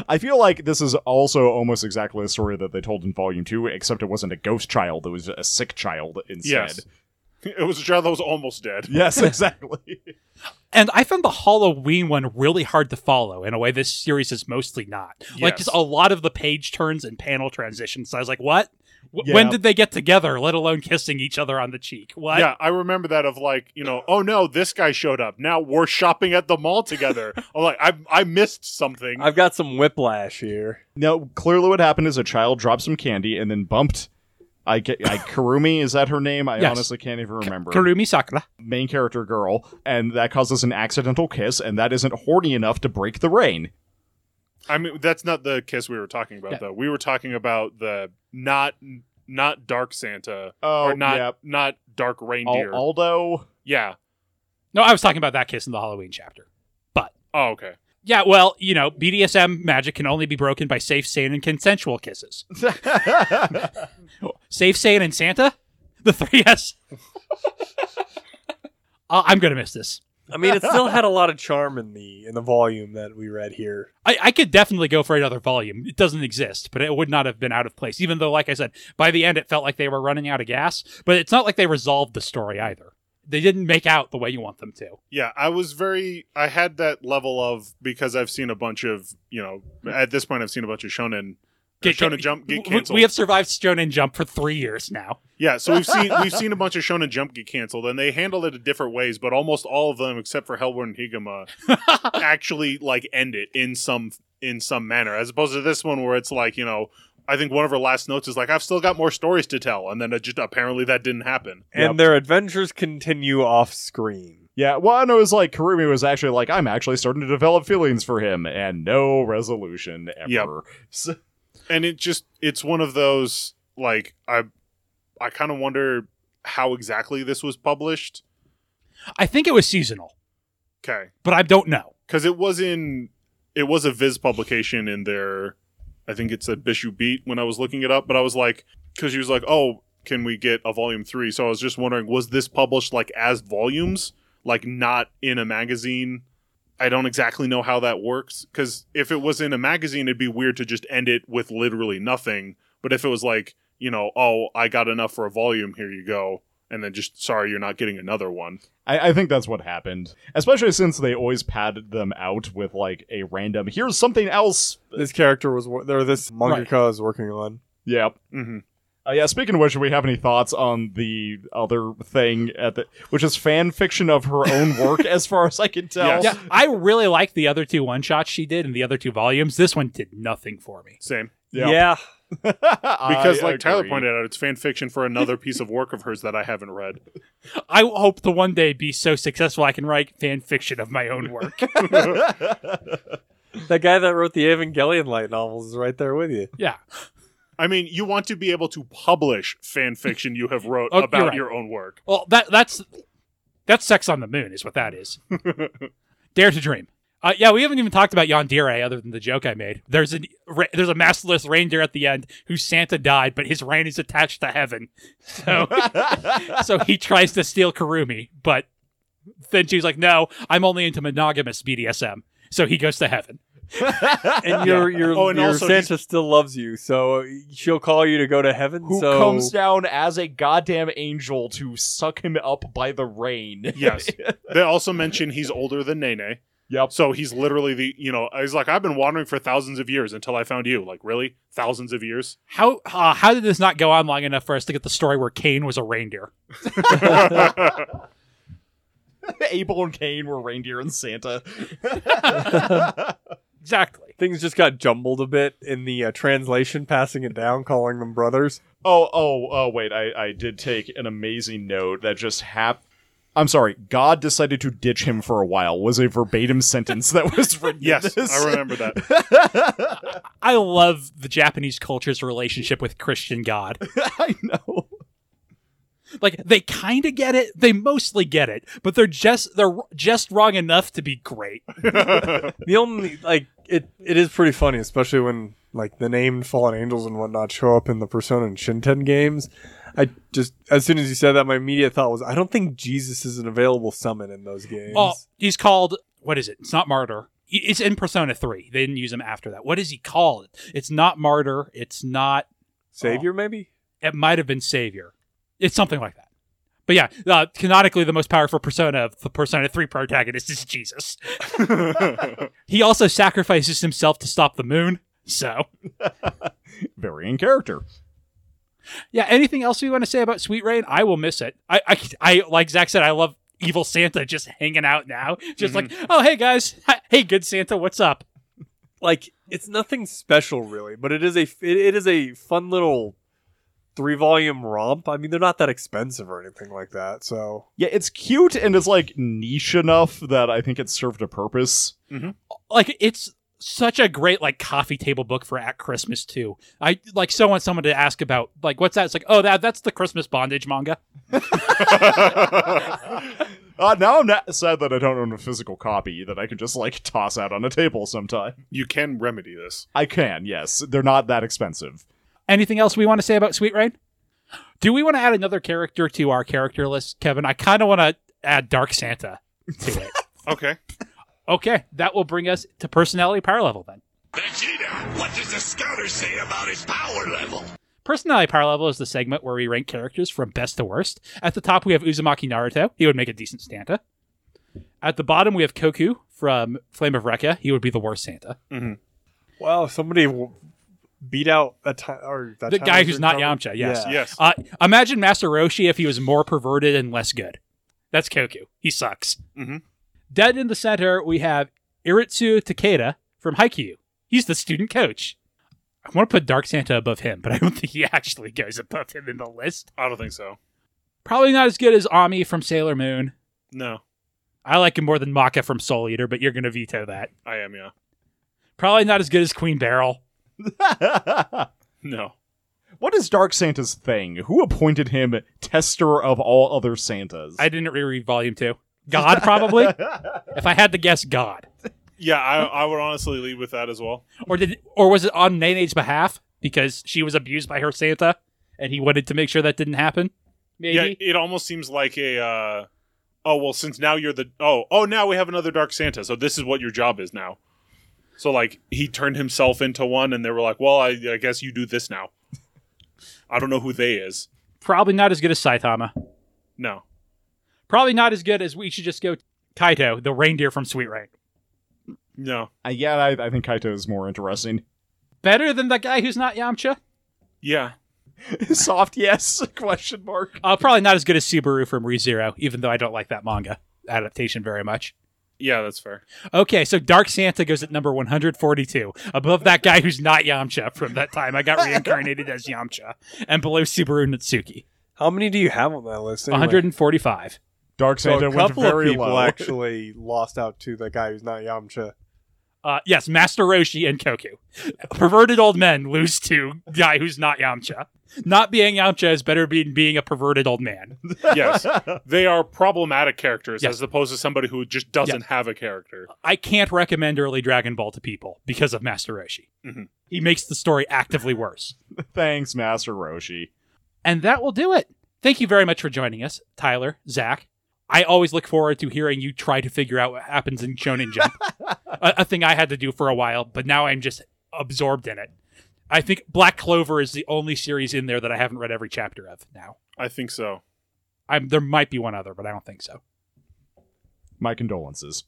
S3: I feel like this is also almost exactly the story that they told in Volume 2, except it wasn't a ghost child, it was a sick child instead.
S2: Yes. It was a child that was almost dead.
S3: Yes, exactly.
S1: And I found the Halloween one really hard to follow in a way this series is mostly not. Like
S2: Yes.
S1: just a lot of the page turns and panel transitions. I was like, what? W-
S3: Yeah.
S1: When did they get together, let alone kissing each other on the cheek? What?
S2: yeah, I remember that of like, you know, oh no, this guy showed up. Now we're shopping at the mall together. I'm like, I I missed something.
S4: I've got some whiplash here.
S3: no, clearly what happened is a child dropped some candy and then bumped. I, ca- I Karumi is that her name? I
S1: Yes.
S3: honestly can't even remember.
S1: Karumi Sakura.
S3: Main character girl, and that causes an accidental kiss, and that isn't horny enough to break the rain.
S2: I mean, that's not the kiss we were talking about
S1: Yeah.
S2: though. We were talking about the not not dark Santa
S3: Oh,
S2: or not
S3: yeah.
S2: not dark reindeer.
S3: Al- Aldo.
S2: yeah.
S1: No, I was talking about that kiss in the Halloween chapter.
S2: Oh, okay.
S1: Yeah, well, you know, BDSM magic can only be broken by safe, sane, and consensual kisses. Safe, sane, and Santa? The three S. uh, I'm going to miss this.
S4: I mean, it still had a lot of charm in the in the volume that we read here.
S1: I, I could definitely go for another volume. It doesn't exist, but it would not have been out of place. Even though, like I said, by the end it felt like they were running out of gas. But it's not like they resolved the story either. They didn't make out the way you want them to.
S2: Yeah, I was very. I had that level of because I've seen a bunch of you know. At this point, I've seen a bunch of shonen, or
S1: Hmm. Get-
S2: shonen jump get
S1: W- w-
S2: canceled.
S1: We have survived Stone and Jump for three years now.
S2: yeah, so we've seen we've seen a bunch of shonen jump get canceled, and they handled it in different ways. But almost all of them, except for Hellbound and Higama, actually like end it in some in some manner, as opposed to this one where it's like you know. I think one of her last notes is like, "I've still got more stories to tell," and then it just apparently that didn't happen.
S4: And their adventures continue off screen.
S3: Yeah, well, I know it's like Karumi was actually like, I'm actually starting to develop feelings for him, and no resolution ever.
S2: Yep.
S3: So-
S2: and it just it's one of those like i i kind of wonder how exactly this was published
S1: I think it was seasonal,
S2: okay
S1: but I don't know.
S2: because it was in it was a viz publication in their i think it said bishu beat when i was looking it up but i was like because she was like oh can we get a volume three so i was just wondering was this published like as volumes like not in a magazine i don't exactly know how that works because if it was in a magazine it'd be weird to just end it with literally nothing but if it was like you know oh i got enough for a volume here you go and then just sorry you're not getting another one
S3: I, I think that's what happened. Especially since they always padded them out with like a random, here's something else.
S4: This character was wor- or this
S1: Right.
S4: mangaka was working on.
S3: Yep.
S2: hmm
S3: Uh, yeah, speaking of which, do we have any thoughts on the other thing at the which is fan fiction of her own work as far as I can
S2: Yes.
S3: tell.
S1: Yeah, I really liked the other two one shots she did and the other two volumes. This one did nothing for me.
S2: same
S3: Yep.
S4: Yeah,
S2: because
S3: I
S2: like tyler
S3: agree.
S2: pointed out it's fan fiction for another piece of work of hers that i haven't read
S1: I hope to one day be so successful I can write fan fiction of my own work.
S4: that guy that wrote the Evangelion light novels is right there with you.
S1: yeah.
S2: i mean you want to be able to publish fan fiction you have wrote
S1: Oh, you're
S2: about
S1: right.
S2: your own work
S1: Well, that that's that's sex on the moon is what that is. Dare to dream. Uh, yeah, we haven't even talked about Yandere other than the joke I made. There's a there's a masterless reindeer at the end who Santa died, but his reign is attached to heaven, so so he tries to steal Karumi, but then she's like, "No, I'm only into monogamous BDSM." So he goes to heaven.
S4: And your your,
S2: Oh, and
S4: your
S2: also
S4: Santa still loves you, so uh, she'll call you to go to heaven.
S3: Who
S4: so
S3: comes down as a goddamn angel to suck him up by the rain?
S2: yes they also mention he's older than nene
S3: Yep.
S2: so he's literally the you know he's like i've been wandering for thousands of years until i found you like really thousands of years
S1: How uh, how did this not go on long enough for us to get the story where Cain was a reindeer?
S3: Abel and Cain were reindeer and Santa.
S1: Exactly.
S4: things just got jumbled a bit in the uh, translation, passing it down, calling them brothers.
S3: Oh, oh, oh, wait. I, I did take an amazing note that just happened. I'm sorry. God decided to ditch him for a while was a verbatim sentence that was written. in
S2: yes
S3: this.
S2: i remember that
S1: I love the Japanese culture's relationship with Christian God.
S3: I know.
S1: like they kind of get it they mostly get it but they're just they're just wrong enough to be great
S4: The only like it it is pretty funny, especially when like the named fallen angels and whatnot show up in the Persona and Shinten games. I just as soon as you said that, my immediate thought was, I don't think Jesus is an available summon in those games.
S1: Oh, he's called what is it? It's not Martyr. He- It's in Persona Three. They didn't use him after that. What is he called? It's not Martyr. It's not.
S4: Savior, maybe.
S1: It might have been Savior. It's something like that. But yeah, uh, canonically, the most powerful persona of the Persona Three protagonist is Jesus. He also sacrifices himself to stop the moon. So
S3: Very in character.
S1: yeah, anything else you want to say about Sweet Rain? I will miss it. I I, I like Zach said, I love evil Santa just hanging out now, just like oh hey guys, Hi- hey good Santa, what's up?
S4: Like it's nothing special really, but it is a it, it is a fun little three volume romp. I mean, they're not that expensive or anything like that, so
S3: Yeah, it's cute and it's like niche enough that I think it served a purpose.
S1: like it's such a great like coffee table book for at Christmas too. I like so want someone to ask about like what's that? It's like oh that that's the Christmas bondage manga.
S3: Uh, now I'm not sad that I don't own a physical copy that I could just like toss out on a table sometime.
S2: you can remedy this.
S3: I can, yes. They're not that expensive.
S1: Anything else we want to say about Sweet Rain? Do we want to add another character to our character list, Kevin? I kind of want to add Dark Santa to it.
S2: Okay.
S1: okay, that will bring us to personality power level then.
S5: Vegeta, what does the scouter say about his power level?
S1: Personality power level is the segment where we rank characters from best to worst. At the top, we have Uzumaki Naruto. He would make a decent Santa. At the bottom, we have Koku from Flame of Recca. He would be the worst Santa.
S4: wow, somebody w- beat out a time or that
S1: The
S4: time
S1: guy
S4: was
S1: who's
S4: your
S1: not
S4: cover?
S1: Yamcha, yes.
S4: Yeah.
S2: Yes.
S1: Uh, imagine Master Roshi if he was more perverted and less good. That's Koku. He sucks.
S2: Mhm.
S1: Dead in the center, we have Iritsu Takeda from Haikyuu. He's the student coach. I want to put Dark Santa above him, but I don't think he actually goes above him in the list.
S2: I don't think so.
S1: Probably not as good as Ami from Sailor Moon.
S2: No,
S1: I like him more than Maka from Soul Eater, but you're going to veto that.
S2: I am. Yeah.
S1: Probably not as good as Queen Barrel.
S3: what
S2: No.
S3: is Dark Santa's thing? Who appointed him tester of all other Santas?
S1: I didn't reread Volume 2. God, probably. if I had to guess, God.
S2: Yeah, I, I would honestly leave with that as well.
S1: Or did, or was it on Nene's behalf because she was abused by her Santa and he wanted to make sure that didn't happen? Maybe.
S2: Yeah, it almost seems like a. Uh, oh well, since now you're the oh oh now we have another Dark Santa, so this is what your job is now. So like he turned himself into one, and they were like, well, I, I guess you do this now. I don't know who they is.
S1: Probably not as good as Saitama.
S2: No,
S1: Probably not as good as we should just go Kaito, the reindeer from Sweet Rain.
S2: no,
S3: Uh, yeah, I, I think Kaito is more interesting.
S1: Better than the guy who's not Yamcha?
S2: yeah,
S3: Soft yes? Question mark.
S1: Uh, probably not as good as Subaru from ReZero, even though I don't like that manga adaptation very much.
S2: yeah, that's fair.
S1: Okay, so Dark Santa goes at number 142, above that guy who's not Yamcha from that time. I got reincarnated as Yamcha, and below Subaru Natsuki.
S4: How many do you have on that list? anyway?
S1: 145.
S3: Dark
S4: So
S3: Santa
S4: a
S3: went
S4: couple of
S3: very
S4: people
S3: low.
S4: actually lost out to the guy who's not Yamcha.
S1: Uh, yes, Master Roshi and Koku. Perverted old men lose to guy who's not Yamcha. Not being Yamcha is better than being a perverted old man.
S2: Yes, they are problematic characters
S1: Yes.
S2: as opposed to somebody who just doesn't have a character.
S1: I can't recommend early Dragon Ball to people because of Master Roshi.
S2: Mhm.
S1: He makes the story actively worse.
S3: Thanks, Master Roshi.
S1: And that will do it. Thank you very much for joining us, Tyler, Zach. I always look forward to hearing you try to figure out what happens in Shonen Jump, a, a thing I had to do for a while, but now I'm just absorbed in it. I think Black Clover is the only series in there that I haven't read every chapter of now.
S2: I think so.
S1: I'm, there might be one other, but I don't think so.
S3: My condolences.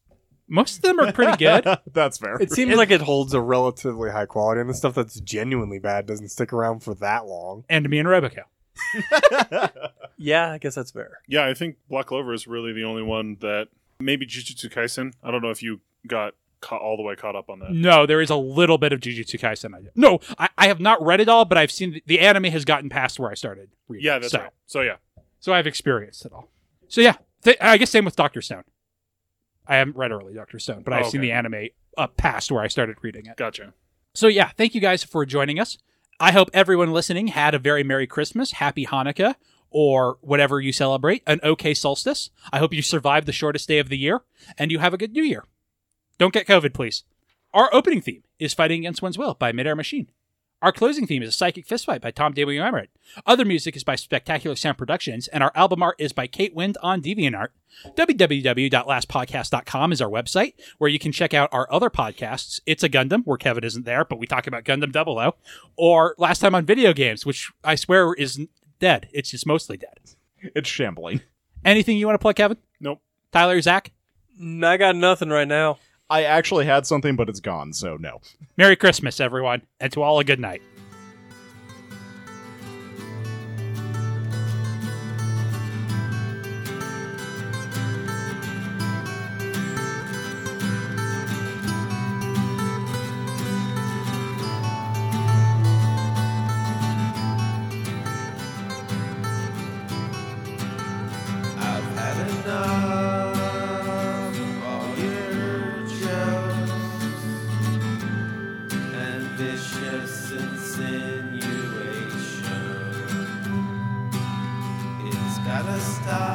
S1: Most of them are pretty good.
S3: That's fair.
S4: It seems like it holds a relatively high quality, and the stuff that's genuinely bad doesn't stick around for that long.
S1: and me and Robico.
S4: Yeah, I guess that's fair.
S2: Yeah, I think Black Clover is really the only one that maybe Jujutsu Kaisen. I don't know if you got ca- all the way caught up on that.
S1: No, there is a little bit of Jujutsu Kaisen. I no, I, I have not read it all, but I've seen the, the anime has gotten past where I started. Reading,
S2: Yeah, that's
S1: so.
S2: right. So yeah,
S1: so I've experienced it all. So yeah, th- I guess same with Doctor Stone. I haven't read early Doctor Stone, but I've
S2: Oh,
S1: seen
S2: okay.
S1: the anime up past where I started reading it.
S2: gotcha.
S1: So yeah, thank you guys for joining us. I hope everyone listening had a very Merry Christmas, Happy Hanukkah, or whatever you celebrate, an okay solstice. I hope you survived the shortest day of the year and you have a good new year. Don't get COVID, please. Our opening theme is Fighting Against One's Will by Midair Machine. Our closing theme is a psychic fistfight by Tom W. Emmerich. Other music is by Spectacular Sound Productions, and our album art is by Kate Wind on DeviantArt. www.lastpodcast.com is our website, where you can check out our other podcasts. It's a Gundam, where Kevin isn't there, but we talk about Gundam Double O, or Last Time on Video Games, which I swear is dead. It's just mostly dead.
S3: It's shambling.
S1: Anything you want to plug, Kevin?
S2: Nope.
S1: Tyler, Zach,
S4: Mm, I got nothing right now.
S3: I actually had something, but it's gone, so no.
S1: Merry Christmas, everyone, and to all a good night.
S6: I've had enough of all your jokes and vicious insinuations. It's gotta stop.